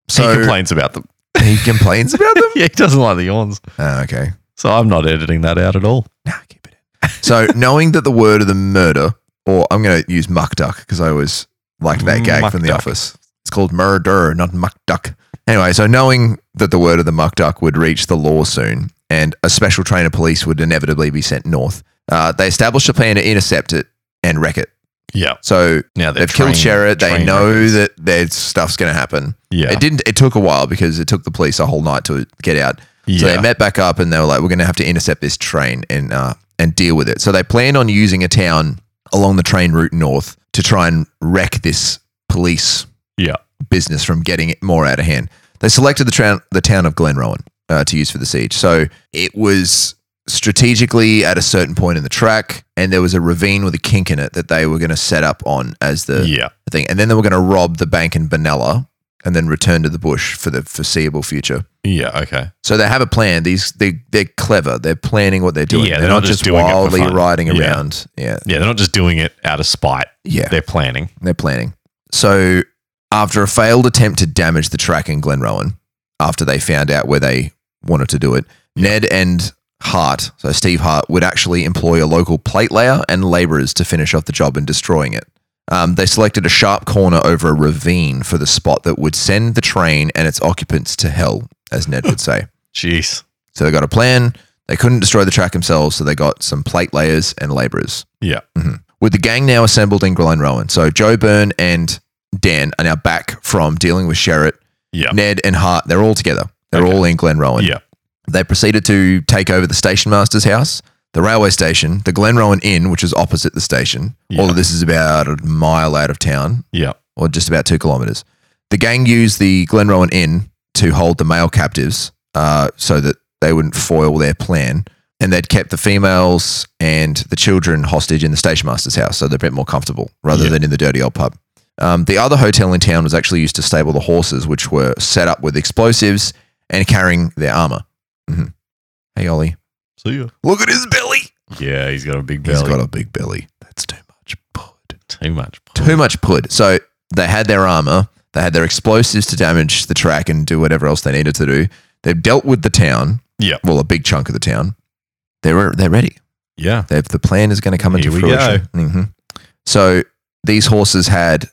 A: So
B: he complains about them. [LAUGHS]
A: he complains about them.
B: yeah, he doesn't like the yawns.
A: Oh, okay.
B: So I'm not editing that out at all.
A: Nah, keep it in. so [LAUGHS] knowing that the word of the murder, or I'm going to use muck duck because I always liked that gag
B: Muck
A: from The
B: duck.
A: Office. It's called murder, not muck duck. Anyway, so knowing that the word of the muck duck would reach the law soon, and a special train of police would inevitably be sent north, uh, they established a plan to intercept it and wreck it.
B: Yeah.
A: So
B: Now they're
A: they've killed Sherrod.
B: trained-
A: They
B: trained
A: know
B: records.
A: that their stuff's going to happen.
B: Yeah.
A: It didn't. It took a while because it took the police a whole night to get out.
B: yeah.
A: So they met back up and they were like, "We're going to have to intercept this train and uh, and deal with it." So they planned on using a town along the train route north to try and wreck this police
B: Yeah.
A: business from getting it more out of hand. They selected the town the town of Glenrowan uh, to use for the siege. So it was strategically at a certain point in the track, and there was a ravine with a kink in it that they were going to set up on as the
B: yeah.
A: thing, and then they were going to rob the bank in Benalla and then return to the bush for the foreseeable future.
B: Yeah. Okay.
A: So they have a plan. These they they're clever. They're planning what they're doing.
B: Yeah,
A: they're,
B: they're
A: not,
B: not
A: just,
B: just doing it for
A: wildly
B: fun.
A: riding
B: Yeah.
A: around. Yeah,
B: Yeah. They're not just doing it out of spite.
A: yeah,
B: They're planning.
A: they're planning. So after a failed attempt to damage the track in Glenrowan, after they found out where they wanted to do it, Ned and Hart, so Steve Hart, would actually employ a local plate layer and laborers to finish off the job in destroying it. Um, they selected a sharp corner over a ravine for the spot that would send the train and its occupants to hell, as Ned
B: [LAUGHS]
A: would say.
B: Jeez.
A: So they got a plan. They couldn't destroy the track themselves, so they got some plate layers and laborers.
B: Yeah.
A: Mhm. With the gang now assembled in Glenrowan, so Joe Byrne and Dan are now back from dealing with Sherritt.
B: Yeah.
A: Ned and Hart, they're all together. They're
B: Okay.
A: all in Glenrowan.
B: Yeah.
A: They proceeded to take over the station master's house, the railway station, the Glenrowan Inn, which is opposite the station.
B: Yeah.
A: All of this is about a mile out of town,
B: Yeah.
A: or just about two kilometers. The gang used the Glenrowan Inn to hold the male captives uh, so that they wouldn't foil their plan. And they'd kept the females and the children hostage in the station master's house so they're a bit more comfortable rather
B: Yeah.
A: than in the dirty old pub. Um, the other hotel in town was actually used to stable the horses, which were set up with explosives and carrying their armor. hmm Hey, Ollie.
B: See ya.
A: Look at his belly.
B: Yeah. He's got a big
A: He's
B: belly.
A: got a big belly. That's too much. Pud.
B: Too much.
A: Too much pud. So they had their armor. They had their explosives to damage the track and do whatever else they needed to do. They've dealt with the town.
B: Yeah.
A: Well, a big chunk of the town. They're, they're ready.
B: Yeah.
A: They've, the plan is going to come into
B: Here we
A: fruition. hmm So these horses had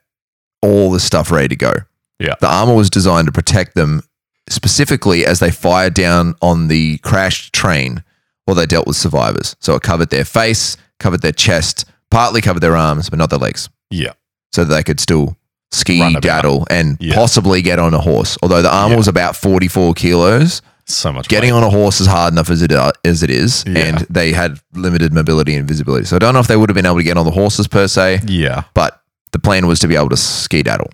A: all the stuff ready to go.
B: Yeah.
A: The armor was designed to protect them specifically as they fired down on the crashed train while they dealt with survivors. So it covered their face, covered their chest, partly covered their arms, but not their legs.
B: Yeah.
A: So that they could still ski,
B: Run about.
A: daddle, and
B: Yeah.
A: possibly get on a horse. Although the armor
B: Yeah.
A: was about 44 kilos,
B: So much.
A: getting on a horse is hard enough as it uh, as it is,
B: Yeah.
A: and they had limited mobility and visibility. So I don't know if they would have been able to get on the horses per se,
B: weight. Yeah.
A: but the plan was to be able to ski daddle.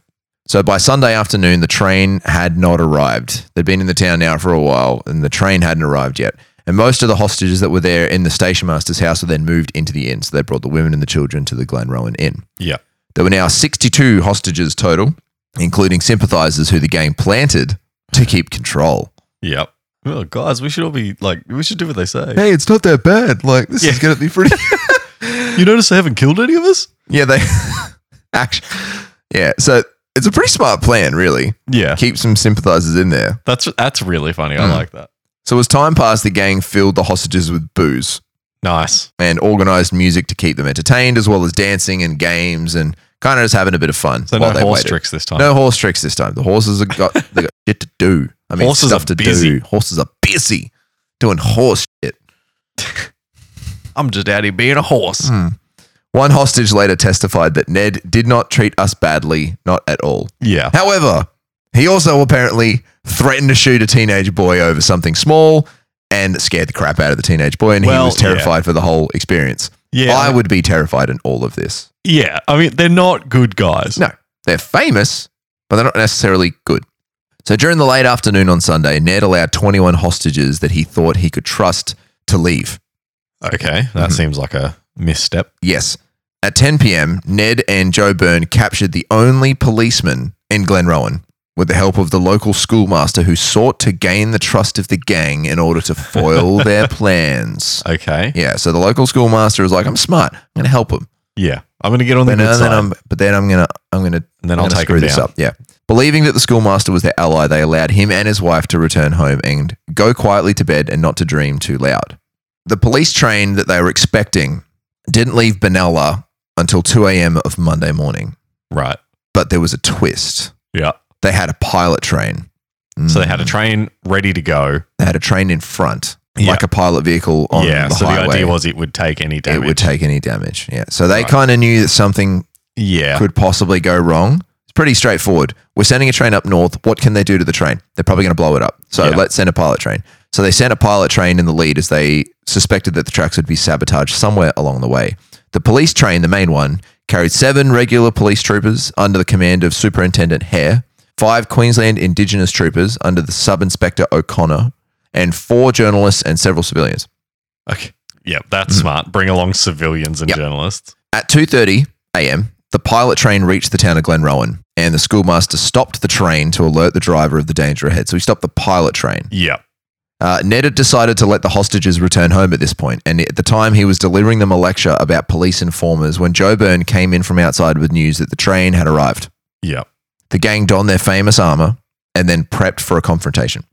A: So by Sunday afternoon, the train had not arrived. They'd been in the town now for a while, and the train hadn't arrived yet. And most of the hostages that were there in the station master's house were then moved into the inn. So they brought the women and the children to the Glenrowan Inn.
B: Yeah.
A: There were now 62 hostages total, including sympathizers who the gang planted to keep control.
B: Yeah. Well, guys, we should all be like, we should do what they say.
A: hey, it's not that bad. Like, this
B: Yeah.
A: is going to be pretty.
B: [LAUGHS]
A: [LAUGHS]
B: You notice they haven't killed any of us?
A: yeah, they [LAUGHS] actually. Yeah, so it's a pretty smart plan, really.
B: Yeah.
A: Keep some sympathizers in there.
B: That's that's really funny. I
A: Mm.
B: like that.
A: So as time passed, the gang filled the hostages with booze
B: Nice.
A: and organized music to keep them entertained, as well as dancing and games and kind of just having a bit of fun.
B: So
A: while
B: no
A: they
B: horse
A: waited.
B: tricks this time.
A: No horse tricks this time. The horses have
B: [LAUGHS]
A: got, they got shit to do. I mean,
B: Horses
A: stuff
B: are
A: to do.
B: busy.
A: Horses are busy doing horse shit.
B: I'm just out here being a horse.
A: One hostage later testified that Ned did not treat us badly, not at all.
B: Yeah.
A: However, he also apparently threatened to shoot a teenage boy over something small and scared the crap out of the teenage boy, and
B: Well,
A: he was terrified for the whole experience.
B: Yeah.
A: I would be terrified in all of this.
B: yeah. I mean, they're not good guys.
A: No, they're famous, but they're not necessarily good. So during the late afternoon on Sunday, Ned allowed 21 hostages that he thought he could trust to leave.
B: Okay. That
A: Mhm.
B: seems like a misstep.
A: Yes. At 10 p.m., Ned and Joe Byrne captured the only policeman in Glenrowan with the help of the local schoolmaster who sought to gain the trust of the gang in order to
B: [LAUGHS]
A: foil their plans.
B: Okay.
A: Yeah, so the local schoolmaster is like, "I'm smart. I'm going to help him,
B: Yeah. I'm going to get on the
A: but
B: good
A: then,
B: side.
A: I'm, but then I'm going to I'm going to
B: and then I'll take
A: screw
B: him
A: this
B: down.
A: up." Yeah, believing that the schoolmaster was their ally, they allowed him and his wife to return home and go quietly to bed and not to dream too loud. The police train that they were expecting didn't leave Benalla until 2 a.m. of Monday morning,
B: Right.
A: but there was a twist.
B: Yeah.
A: They had a pilot train.
B: So they had a
A: Mm.
B: train ready to go.
A: they had a train in front,
B: Yeah.
A: like a pilot vehicle on
B: yeah.
A: the
B: so
A: highway.
B: the idea was it would take any damage.
A: It would take any damage. Yeah. So they
B: Right.
A: kind of knew that something
B: Yeah.
A: could possibly go wrong. It's pretty straightforward. We're sending a train up north. What can they do to the train? They're probably going to blow it up. So
B: Yeah.
A: let's send a pilot train. So they sent a pilot train in the lead as they suspected that the tracks would be sabotaged somewhere along the way. The police train, the main one, carried seven regular police troopers under the command of Superintendent Hare, five Queensland Indigenous troopers under the Sub Inspector O'Connor, and four journalists and several civilians.
B: Okay. Yeah. That's
A: Mm.
B: smart. Bring along civilians and
A: Yep.
B: journalists.
A: At 2:30 a.m., the pilot train reached the town of Glenrowan, and the schoolmaster stopped the train to alert the driver of the danger ahead. So he stopped the pilot train.
B: Yeah.
A: Uh, Ned had decided to let the hostages return home at this point, and at the time he was delivering them a lecture about police informers when Joe Byrne came in from outside with news that the train had arrived.
B: Yeah.
A: The gang donned their famous armor and then prepped for a confrontation.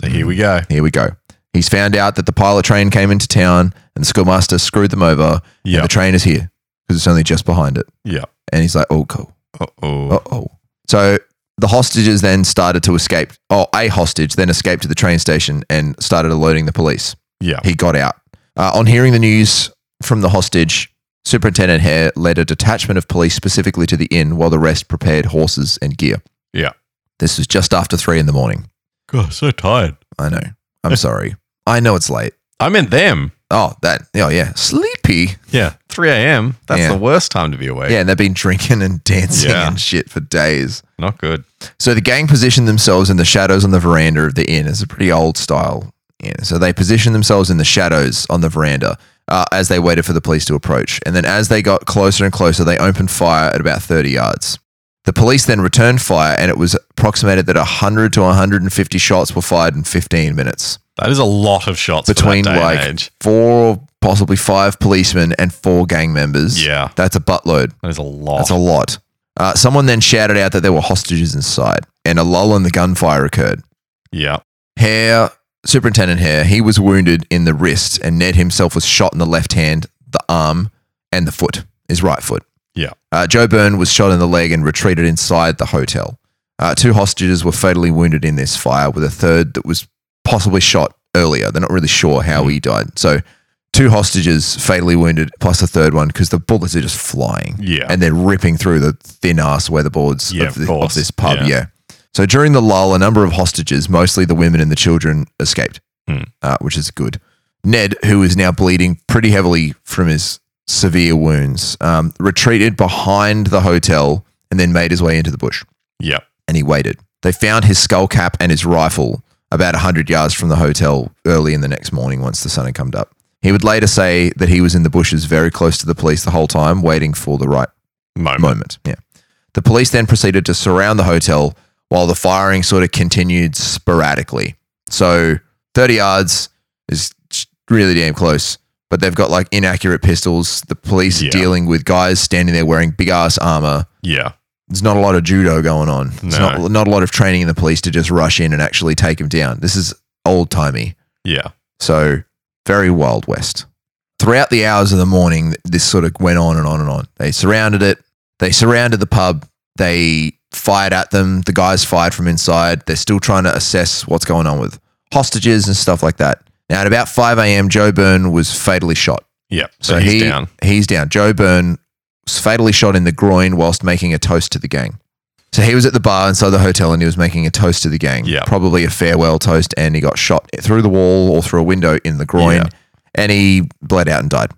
B: So here
A: Mm.
B: we go.
A: Here we go. He's found out that the pilot train came into town, and the schoolmaster screwed them over.
B: Yeah.
A: And the train is here because it's only just behind it.
B: Yeah.
A: And he's like, "Oh, cool."
B: Uh oh.
A: Uh oh. So the hostages then started to escape. Oh, a hostage then escaped to the train station and started alerting the police.
B: Yeah.
A: He got out. Uh, on hearing the news from the hostage, Superintendent Hare led a detachment of police specifically to the inn while the rest prepared horses and gear.
B: Yeah.
A: This was just after three in the morning.
B: God, so tired.
A: I know.
B: [LAUGHS]
A: I'm sorry. I know it's late.
B: I meant them.
A: Oh, that. Oh, yeah. Sleepy.
B: Yeah. 3 a.m. That's
A: Yeah.
B: the worst time to be awake.
A: Yeah, and they've been drinking and dancing
B: Yeah.
A: and shit for days.
B: Not good.
A: So the gang positioned themselves in the shadows on the veranda of the inn. It's a pretty old style inn. So they positioned themselves in the shadows on the veranda uh, as they waited for the police to approach. And then as they got closer and closer, they opened fire at about 30 yards. The police then returned fire, and it was approximated that 100 to 150 shots were fired in 15 minutes
B: That is a lot of shots
A: between
B: for that day and
A: like
B: age.
A: four, possibly five policemen and four gang members.
B: Yeah.
A: That's a buttload.
B: That is a lot.
A: That's a lot. Uh, someone then shouted out that there were hostages inside, and a lull in the gunfire occurred.
B: Yeah.
A: Hare, Superintendent Hare, he was wounded in the wrist, and Ned himself was shot in the left hand, the arm, and the foot, his right foot.
B: Yeah.
A: Uh, Joe Byrne was shot in the leg and retreated inside the hotel. Uh, two hostages were fatally wounded in this fire, with a third that was possibly shot earlier. They're not really sure how he died. So, two hostages fatally wounded, plus a third one, because the bullets are just flying
B: Yeah.
A: and they're ripping through the thin ass weatherboards
B: Yeah,
A: of,
B: of
A: the, of
B: course.
A: this pub. Yeah.
B: Yeah.
A: So during the lull, a number of hostages, mostly the women and the children, escaped,
B: Hmm.
A: uh, which is good. Ned, who is now bleeding pretty heavily from his severe wounds, um, retreated behind the hotel and then made his way into the bush.
B: yeah.
A: And he waited. They found his skull cap and his rifle about 100 yards from the hotel early in the next morning once the sun had come up. He would later say that he was in the bushes very close to the police the whole time, waiting for the right
B: Moment.
A: moment. Yeah. The police then proceeded to surround the hotel while the firing sort of continued sporadically. So 30 yards is really damn close, but they've got like inaccurate pistols. The police are
B: Yeah.
A: dealing with guys standing there wearing big ass armor.
B: Yeah.
A: There's not a lot of judo going on. There's
B: No.
A: not, not a lot of training in the police to just rush in and actually take him down. This is old timey.
B: Yeah.
A: So very Wild West. Throughout the hours of the morning, th- this sort of went on and on and on. They surrounded it. They surrounded the pub. They fired at them. The guys fired from inside. They're still trying to assess what's going on with hostages and stuff like that. Now, at about 5 a.m., Joe Byrne was fatally shot.
B: Yeah. So,
A: So,
B: he's
A: he,
B: down.
A: He's down. Joe Byrne was fatally shot in the groin whilst making a toast to the gang. So he was at the bar inside the hotel and he was making a toast to the gang.
B: Yeah.
A: Probably a farewell toast. And he got shot through the wall or through a window in the groin.
B: Yeah.
A: And he bled out and died.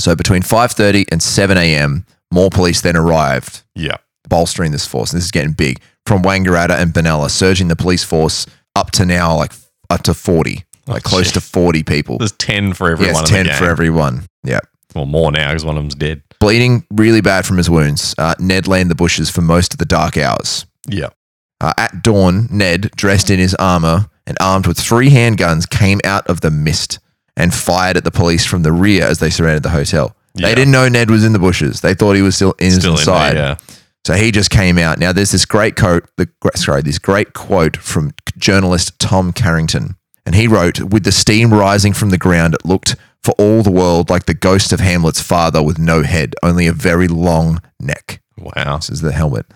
A: So between 5.30 and 7 a.m., more police then arrived,
B: Yeah.
A: bolstering this force. And this is getting big. From Wangaratta and Benalla, surging the police force up to now, like up to 40, like close
B: geez.
A: to 40 people.
B: There's 10 for
A: Yes,
B: everyone. in
A: 10
B: the game.
A: for everyone. Yeah.
B: Well, more now because one of them's dead.
A: Bleeding really bad from his wounds, uh, Ned lay in the bushes for most of the dark hours.
B: Yeah.
A: Uh, at dawn, Ned, dressed in his armor and armed with three handguns, came out of the mist and fired at the police from the rear as they surrounded the hotel. They
B: Yeah.
A: didn't know Ned was in the bushes. They thought he was still, in
B: Still
A: inside.
B: in there.
A: So he just came out. Now there's this great quote, the gr- sorry, this great quote from journalist Tom Carrington, and he wrote, "With the steam rising from the ground, it looked for all the world like the ghost of Hamlet's father with no head, only a very long neck."
B: Yeah. Wow.
A: This is the helmet.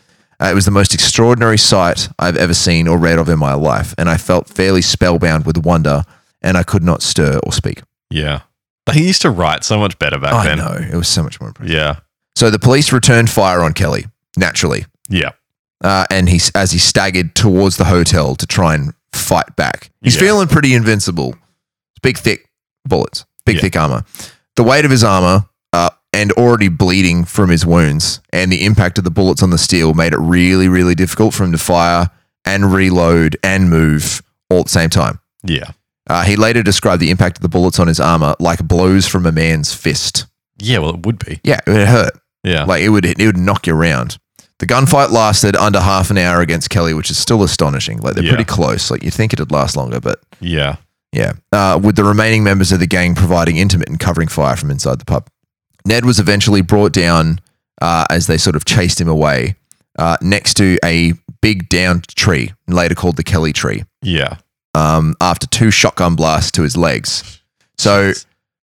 A: Uh, it was the most extraordinary sight I've ever seen or read of in my life, and I felt fairly spellbound with wonder, and I could not stir or speak.
B: Yeah. They used to write so much better back
A: I
B: then.
A: know it was so much more impressive.
B: Yeah.
A: So the police returned fire on Kelly naturally.
B: Yeah.
A: uh, and he as he staggered towards the hotel to try and fight back. He's
B: Yeah.
A: feeling pretty invincible. Big thick bullets, big
B: Yeah.
A: thick armor. The weight of his armor uh, and already bleeding from his wounds and the impact of the bullets on the steel made it really, really difficult for him to fire and reload and move all at the same time.
B: Yeah.
A: Uh, he later described the impact of the bullets on his armor like blows from a man's fist.
B: Yeah. Well, it would be.
A: Yeah, it hurt.
B: Yeah.
A: Like it would it would knock you around. The gunfight lasted under half an hour against Kelly, which is still astonishing. Like they're
B: Yeah.
A: pretty close. Like you'd think it'd last longer, but
B: yeah.
A: yeah. Uh, with the remaining members of the gang providing intimate and covering fire from inside the pub. Ned was eventually brought down uh, as they sort of chased him away uh, next to a big downed tree, later called the Kelly tree,
B: Yeah.
A: um, after two shotgun blasts to his legs. So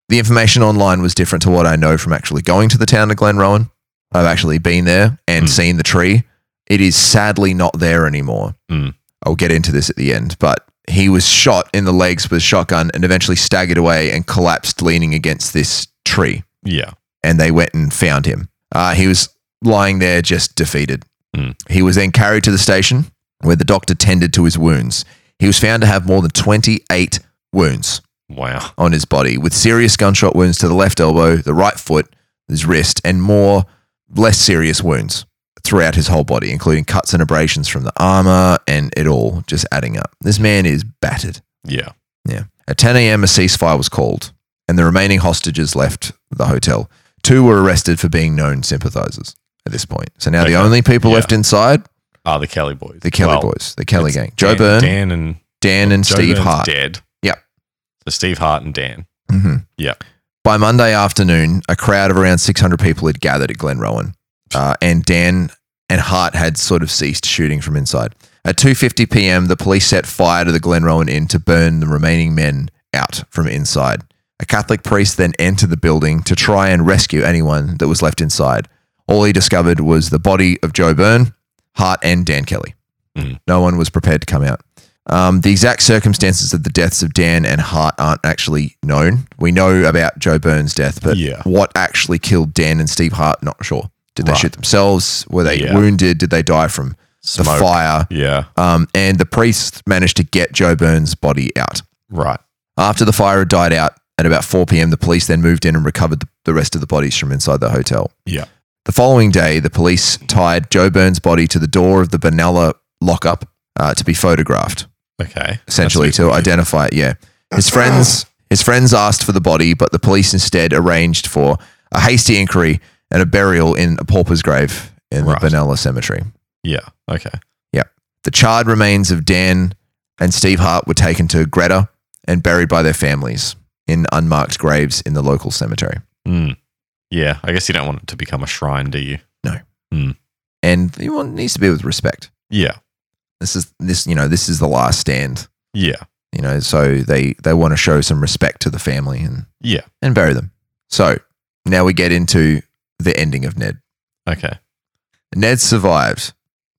A: the information online was different to what I know from actually going to the town of Glen Rowan. I've actually been there and
B: Mm.
A: seen the tree. It is sadly not there anymore.
B: Mm.
A: I'll get into this at the end, but he was shot in the legs with a shotgun and eventually staggered away and collapsed leaning against this tree.
B: Yeah.
A: And they went and found him. Uh, he was lying there just defeated.
B: Mm.
A: He was then carried to the station where the doctor tended to his wounds. He was found to have more than 28 wounds
B: Wow.
A: on his body with serious gunshot wounds to the left elbow, the right foot, his wrist, and more less serious wounds throughout his whole body, including cuts and abrasions from the armor and it all just adding up. This man is battered.
B: Yeah.
A: At 10 a.m., a ceasefire was called, and the remaining hostages left the hotel. Two were arrested for being known sympathizers at this point. So now
B: Okay.
A: the only people
B: Yeah.
A: left inside,
B: Ah, the Kelly boys.
A: the Kelly
B: Well,
A: boys, the Kelly
B: it's
A: gang. Joe
B: Dan,
A: Byrne, Dan,
B: Dan and
A: and
B: Joe
A: Steve
B: Byrne's
A: Hart.
B: Dead.
A: Yep.
B: So Steve Hart and Dan.
A: hmm
B: Yeah.
A: By Monday afternoon, a crowd of around 600 people had gathered at Glen Rowan, uh, and Dan and Hart had sort of ceased shooting from inside. At 2:50 p.m., the police set fire to the Glenrowan Inn to burn the remaining men out from inside. A Catholic priest then entered the building to try and rescue anyone that was left inside. All he discovered was the body of Joe Byrne, Hart, and Dan Kelly.
B: Mhm.
A: No one was prepared to come out. Um, the exact circumstances of the deaths of Dan and Hart aren't actually known. We know about Joe Byrne's death, but
B: Yeah.
A: what actually killed Dan and Steve Hart, not sure. Did they
B: Right.
A: shoot themselves? Were they
B: Yeah.
A: wounded? Did they die from the
B: Smoke.
A: fire?
B: Yeah.
A: Um, and the priest managed to get Joe Byrne's body out.
B: Right.
A: After the fire had died out at about 4 p.m., the police then moved in and recovered the, the rest of the bodies from inside the hotel.
B: Yeah.
A: The following day, the police tied Joe Byrne's body to the door of the Benalla lockup uh, to be photographed,
B: Okay.
A: essentially
B: That's
A: to identify it. Yeah, his friends his friends asked for the body, but the police instead arranged for a hasty inquiry and a burial in a pauper's grave in
B: Right.
A: the Benalla Cemetery.
B: Yeah. Okay.
A: The charred remains of Dan and Steve Hart were taken to Greta and buried by their families in unmarked graves in the local cemetery.
B: Mm. Yeah. I guess you don't want it to become a shrine, do you?
A: And you want- it needs to be with respect.
B: Yeah.
A: This is this, you know, this is the last stand,
B: Yeah.
A: you know, so they they want to show some respect to the family and
B: Yeah.
A: and bury them. So, now we get into the ending of Ned.
B: Okay.
A: Ned survived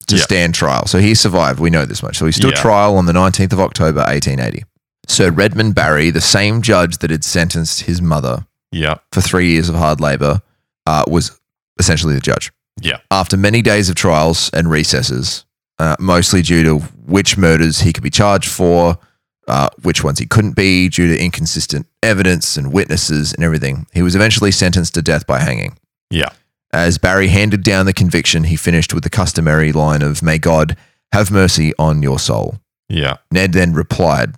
A: to
B: Yeah.
A: stand trial. So he survived. We know this much. So he stood
B: Yeah.
A: trial on the 19th of October, 1880. Sir Redmond Barry, the same judge that had sentenced his mother
B: Yeah.
A: for three years of hard labor, uh, was essentially the judge.
B: Yeah.
A: After many days of trials and recesses, uh, mostly due to which murders he could be charged for, uh, which ones he couldn't be, due to inconsistent evidence and witnesses and everything, he was eventually sentenced to death by hanging.
B: Yeah.
A: As Barry handed down the conviction, he finished with the customary line of, May God have mercy on your soul.
B: Yeah.
A: Ned then replied,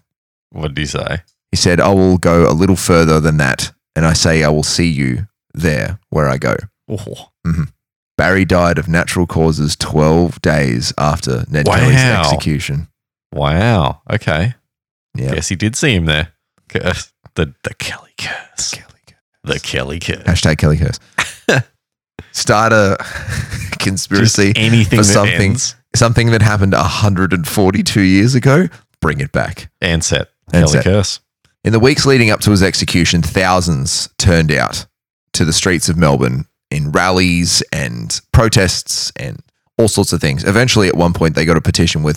B: What did he say?
A: He said, I will go a little further than that, and I say, I will see you there where I go.
B: Oh.
A: Barry died of natural causes 12 days after Ned
B: Wow.
A: Kelly's execution.
B: Wow. Okay.
A: Yeah.
B: Yes, he did see him there. Curse. The the Kelly curse. The Kelly curse.
A: Hashtag Kelly curse.
B: [LAUGHS]
A: Start a [LAUGHS] conspiracy.
B: Just anything
A: for
B: that
A: something.
B: ends
A: Something that happened 142 years ago. Bring it back.
B: and set.
A: And
B: Kelly
A: set.
B: curse.
A: In the weeks leading up to his execution, thousands turned out to the streets of Melbourne in rallies and protests and all sorts of things. Eventually, at one point, they got a petition with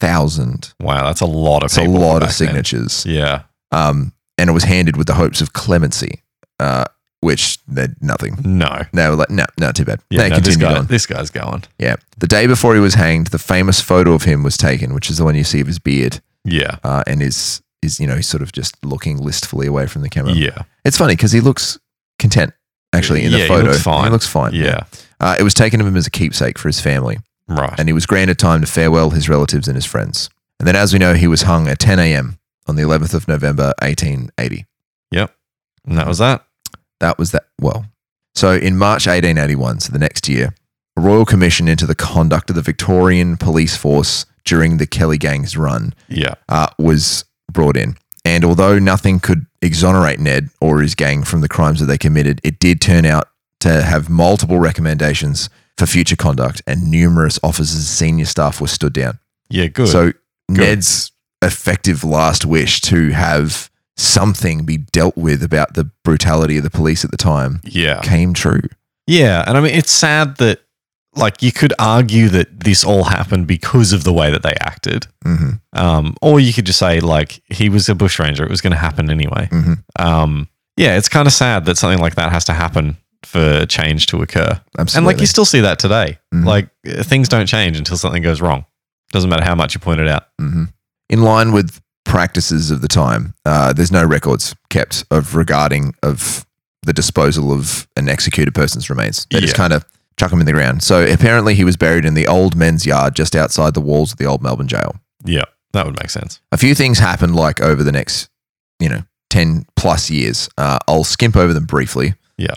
A: 32,000.
B: Wow, that's a lot of
A: That's a
B: people
A: lot of
B: back then.
A: signatures.
B: Yeah.
A: Um, and it was handed with the hopes of clemency, uh, which they nothing.
B: No.
A: They were like, no, no, too bad.
B: Yeah,
A: they
B: no, this,
A: continued
B: guy,
A: on.
B: this guy's going.
A: Yeah. The day before he was hanged, the famous photo of him was taken, which is the one you see of his beard
B: Yeah.
A: uh, and his, is you know, he's sort of just looking listfully away from the camera.
B: Yeah.
A: It's funny because he looks content actually in
B: Yeah,
A: the
B: he
A: photo.
B: looks fine.
A: He looks fine.
B: Yeah.
A: Uh, it was taken of him as a keepsake for his family,
B: Right.
A: and he was granted time to farewell his relatives and his friends. And then, as we know, he was hung at 10 a.m. on the 11th of November, 1880.
B: And that was that.
A: That was that. Well, so in March 1881, so the next year, a royal commission into the conduct of the Victorian police force during the Kelly gang's run
B: Yeah.
A: uh, was brought in. And although nothing could exonerate Ned or his gang from the crimes that they committed, it did turn out to have multiple recommendations for future conduct, and numerous officers and senior staff were stood down.
B: Yeah. Good.
A: So Ned's effective last wish to have something be dealt with about the brutality of the police at the time
B: yeah.
A: came true.
B: Yeah. And I mean, it's sad that, like, you could argue that this all happened because of the way that they acted.
A: hmm
B: Um, or you could just say like he was a bushranger; it was going to happen anyway.
A: Mhm.
B: Um, yeah, it's kind of sad that something like that has to happen for change to occur.
A: Absolutely.
B: And like you still see that today.
A: Mhm.
B: Like uh, things don't change until something goes wrong. Doesn't matter how much you point it out.
A: hmm In line with practices of the time, uh, there's no records kept of regarding of the disposal of an executed person's remains. They just
B: Yeah.
A: kind of chuck them in the ground. So apparently, he was buried in the old men's yard just outside the walls of the old Melbourne jail.
B: Yeah, that would make sense.
A: A few things happened, like over the next, you know, ten plus years. Uh, I'll skimp over them briefly.
B: Yeah.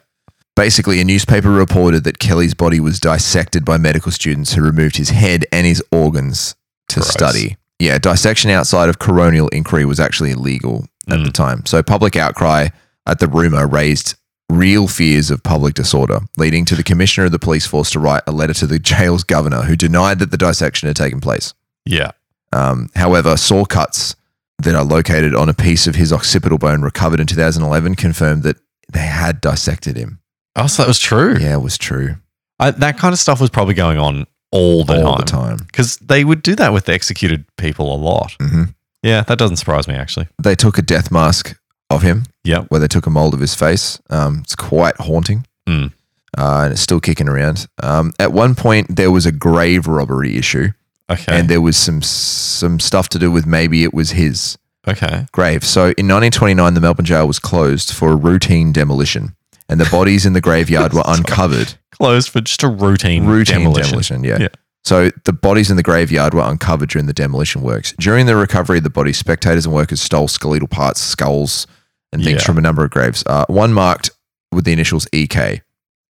A: Basically, a newspaper reported that Kelly's body was dissected by medical students who removed his head and his organs to
B: Gross.
A: study. Yeah, dissection outside of coronial inquiry was actually illegal at
B: Mm.
A: the time. So public outcry at the rumor raised real fears of public disorder, leading to the commissioner of the police force to write a letter to the [LAUGHS] jail's governor, who denied that the dissection had taken place.
B: Yeah.
A: Um, however, saw cuts that are located on a piece of his occipital bone recovered in 2011 confirmed that they had dissected him.
B: Oh, so that was true.
A: Yeah, it was true
B: I, that kind of stuff was probably going on all the
A: all the
B: time.
A: time.
B: Because they would do that with the executed people a lot.
A: Mhm.
B: Yeah, that doesn't surprise me, actually.
A: They took a death mask of him.
B: Yep.
A: where they took a mold of his face. Um, it's quite haunting.
B: Mm.
A: Uh, and it's still kicking around. Um, at one point, there was a grave robbery issue,
B: Okay.
A: and there was some some stuff to do with maybe it was his
B: okay.
A: grave. So in 1929, the Melbourne jail was closed for a routine demolition, and the bodies in the graveyard were
B: [LAUGHS] Sorry.
A: uncovered.
B: Closed for just a routine,
A: routine demolition.
B: demolition.
A: yeah.
B: Yeah.
A: So the bodies in the graveyard were uncovered during the demolition works. During the recovery of the bodies, spectators and workers stole skeletal parts, skulls, and things
B: Yeah.
A: from a number of graves. Uh, one marked with the initials E EK.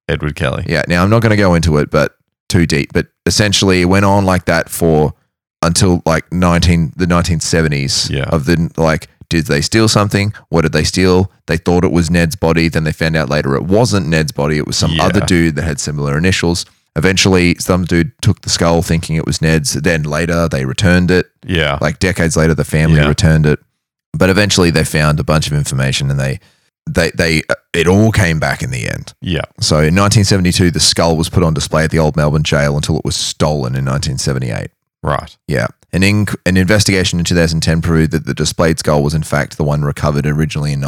B: Edward Kelly.
A: Yeah. Now I'm not going to go into it, but too deep. But essentially, it went on like that for until like 19 the 1970s.
B: Yeah.
A: Of the like, did they steal something? What did they steal? They thought it was Ned's body. Then they found out later it wasn't Ned's body. It was some
B: Yeah.
A: other dude that had similar initials. Eventually, some dude took the skull thinking it was Ned's. Then later, they returned it.
B: Yeah.
A: Like decades later, the family
B: Yeah.
A: returned it. But eventually, they found a bunch of information, and they, they, they, it all came back in the end.
B: Yeah.
A: So in 1972, the skull was put on display at the old Melbourne jail until it was stolen in 1978.
B: Right.
A: Yeah. An, inc- an investigation in 2010 proved that the displayed skull was, in fact, the one recovered originally in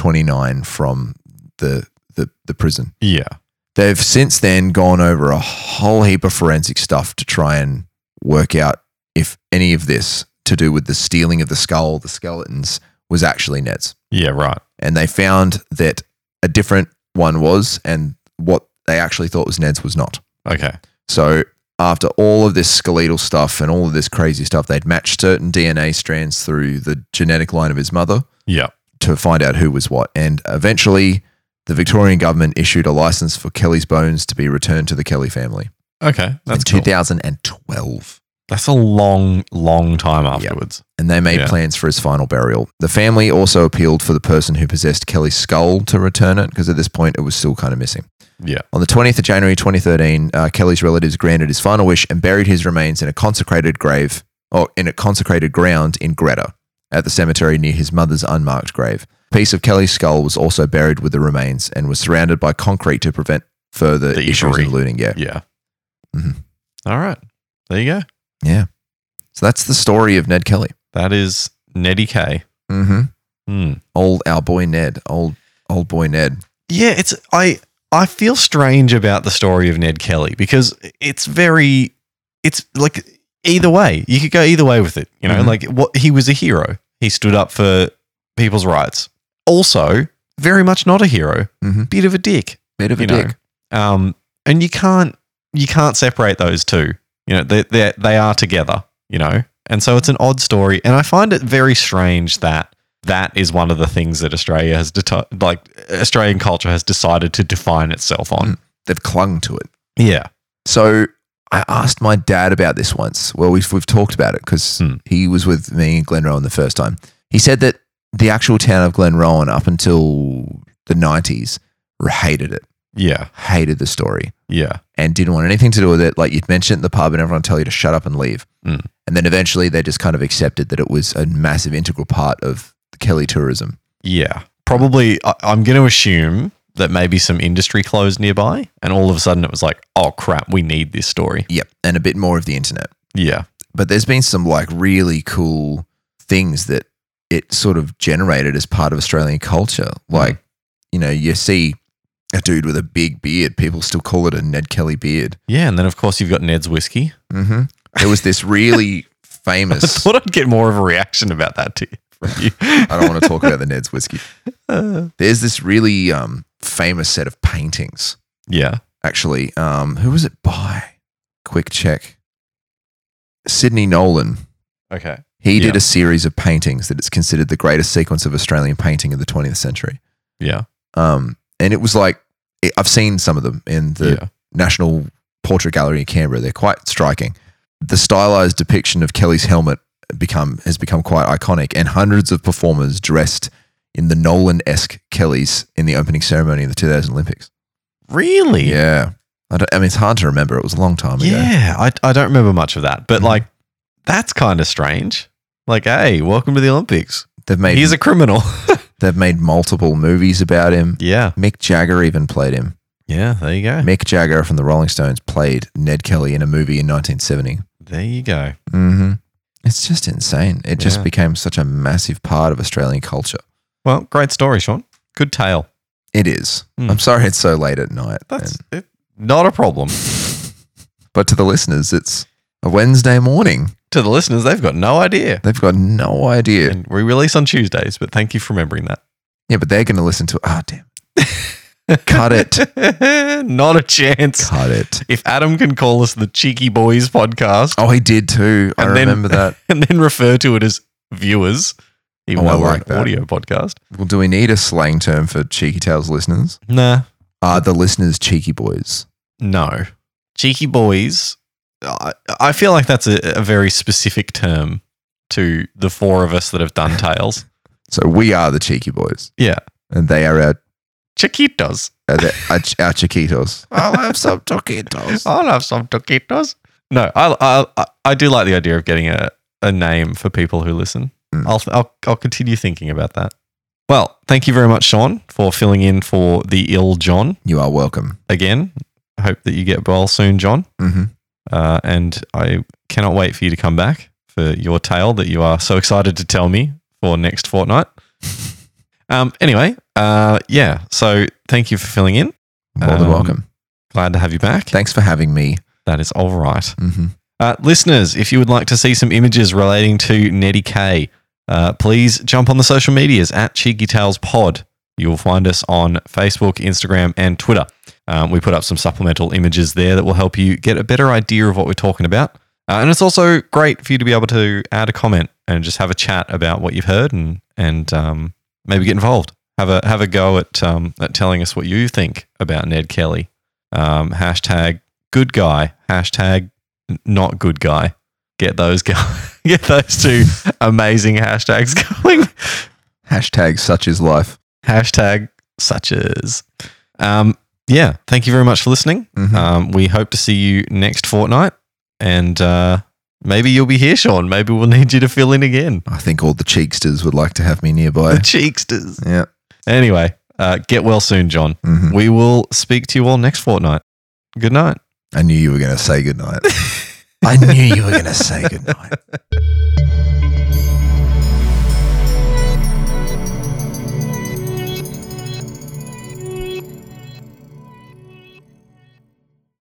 A: 1929 from the, the, the prison.
B: Yeah.
A: They've since then gone over a whole heap of forensic stuff to try and work out if any of this to do with the stealing of the skull, the skeletons, was actually Ned's
B: Yeah. Right.
A: and they found that a different one was, and what they actually thought was Ned's was not.
B: Okay.
A: So after all of this skeletal stuff and all of this crazy stuff, they'd matched certain DNA strands through the genetic line of his mother
B: Yeah.
A: to find out who was what. And eventually, the Victorian government issued a license for Kelly's bones to be returned to the Kelly family
B: Okay. That's
A: in
B: cool.
A: 2012.
B: That's a long, long time afterwards.
A: And they made
B: Yeah.
A: plans for his final burial. The family also appealed for the person who possessed Kelly's skull to return it because at this point it was still kind of missing.
B: Yeah.
A: On the 20th of January 2013, uh, Kelly's relatives granted his final wish and buried his remains in a consecrated grave or in a consecrated ground in Greta at the cemetery near his mother's unmarked grave. A piece of Kelly's skull was also buried with the remains and was surrounded by concrete to prevent further
B: The
A: issues
B: eatery.
A: and looting. Yeah.
B: Yeah.
A: Mhm.
B: All right. There you go.
A: So that's the story of Ned Kelly.
B: That is Neddy K.
A: Mm-hmm.
B: Hmm.
A: Old, our boy Ned. Old, old boy Ned.
B: Yeah, it's I I feel strange about the story of Ned Kelly because it's very it's like either way. You could go either way with it, you know?
A: Mhm.
B: Like what he was a hero. He stood up for people's rights. Also, very much not a hero.
A: Mhm.
B: Bit of a dick,
A: Bit of a
B: you know.
A: dick.
B: Um and you can't you can't separate those two. You know, they they they are together, you know. And so it's an odd story and I find it very strange that that is one of the things that Australia has deti- like Australian culture has decided to define itself on.
A: They've clung to it.
B: Yeah.
A: So I asked my dad about this once. Well, we've, we've talked about it because
B: Hmm.
A: he was with me in Glenrowan the first time. He said that the actual town of Glenrowan up until the 90s hated it,
B: Yeah.
A: hated the story,
B: Yeah.
A: and didn't want anything to do with it. Like you'd mention it in the pub and everyone tell you to shut up and leave.
B: Hmm.
A: And then eventually they just kind of accepted that it was a massive integral part of the Kelly tourism.
B: Yeah. Probably I, I'm going to assume that maybe some industry closed nearby and all of a sudden it was like, "Oh crap, we need this story."
A: Yep. And a bit more of the internet.
B: Yeah.
A: but there's been some like really cool things that it sort of generated as part of Australian culture.
B: Mm.
A: Like, you know, you see a dude with a big beard, people still call it a Ned Kelly beard.
B: Yeah, and then of course you've got Ned's whiskey.
A: Mm-hmm. There was this
B: [LAUGHS]
A: really
B: I
A: famous.
B: thought I'd get more of a reaction about that to you. From you. [LAUGHS]
A: I don't want to talk about the Ned's whiskey. There's this really um, famous set of paintings,
B: yeah.
A: actually. Um, who was it by? Quick check. Sydney Nolan.
B: Okay.
A: He
B: Yeah.
A: did a series of paintings that it's considered the greatest sequence of Australian painting of the 20th century.
B: Yeah.
A: Um, and it was like it, I've seen some of them in the
B: yeah.
A: National Portrait Gallery in Canberra. They're quite striking. The stylized depiction of Kelly's helmet become has become quite iconic, and hundreds of performers dressed in the Nolan esque Kellys in the opening ceremony of the 2000 Olympics.
B: Really?
A: Yeah. I, don't, I mean, it's hard to remember. It was a long time ago.
B: Yeah, I, I don't remember much of that, but
A: Mhm.
B: like that's kind of strange. Like, hey, welcome to the Olympics.
A: They've made
B: He's
A: [LAUGHS]
B: a criminal.
A: they've made multiple movies about him.
B: yeah,
A: Mick Jagger even played him.
B: yeah. There you go.
A: Mick Jagger from the Rolling Stones played Ned Kelly in a movie in 1970.
B: There you go.
A: Mm-hmm. It's just insane. It
B: Yeah.
A: just became such a massive part of Australian culture.
B: Well, great story, Sean. Good tale.
A: It is.
B: Mm.
A: I'm sorry it's so late at night.
B: That's
A: and-
B: it, not a problem.
A: but to the listeners, it's a Wednesday morning.
B: to the listeners, they've got no idea.
A: They've got no idea.
B: And we release on Tuesdays, but thank you for remembering that.
A: Yeah, but they're going to listen to. Ah,
B: [LAUGHS]
A: damn. Cut it.
B: not a chance.
A: Cut it.
B: If Adam can call us the Cheeky Boys podcast [LAUGHS]
A: Oh, he did too. I
B: And then- [LAUGHS]
A: remember that.
B: and then refer to it as viewers, even
A: Oh, I
B: though we're
A: like
B: an
A: that.
B: audio podcast.
A: Well, do we need a slang term for Cheeky Tales listeners?
B: Nah,
A: Are the listeners cheeky boys?
B: No. Cheeky boys. I, I feel like that's a, a very specific term to the four of us that have done Tales.
A: So we are the cheeky boys.
B: [LAUGHS] Yeah.
A: And they are our
B: Chiquitos.
A: Uh, the- our, ch- our chiquitos. Oh. I'll have some chiquitos.
B: I'll have some taquitos. No, I, I, I, I do like the idea of getting a, a name for people who listen.
A: Mm.
B: I'll, I'll, I'll continue thinking about that. Well, thank you very much, Sean, for filling in for the ill John
A: You are welcome.
B: again. I hope that you get well soon, John.
A: hmm
B: Uh, and I cannot wait for you to come back for your tale that you are so excited to tell me for next fortnight. um, anyway, uh, yeah. So thank you for filling in.
A: More than
B: Um,
A: welcome.
B: Glad to have you back.
A: Thanks for having me.
B: that is all right.
A: Mm-hmm.
B: Uh, listeners, if you would like to see some images relating to Nettie K, uh, please jump on the social medias at Cheeky Tales Pod. You'll find us on Facebook, Instagram, and Twitter. Um, we put up some supplemental images there that will help you get a better idea of what we're talking about. Uh, and it's also great for you to be able to add a comment and just have a chat about what you've heard and and um, maybe get involved. Have a have a go at um, at telling us what you think about Ned Kelly. Um, hashtag good guy. Hashtag not good guy. Get those go- [LAUGHS] get those two amazing hashtags going. [LAUGHS]
A: Hashtag such is life.
B: Hashtag such as. Um, yeah, thank you very much for listening.
A: Mhm.
B: Um, we hope to see you next fortnight, and uh, maybe you'll be here, Sean. Maybe we'll [LAUGHS] need you to fill in again.
A: I think all the cheeksters would like to have me
B: The
A: nearby.
B: cheeksters.
A: [LAUGHS] yeah.
B: Anyway, uh, get well soon, John.
A: hmm
B: We will speak to you all next fortnight. Good night.
A: [LAUGHS] I knew you were going to say goodnight. I knew you were going to say goodnight.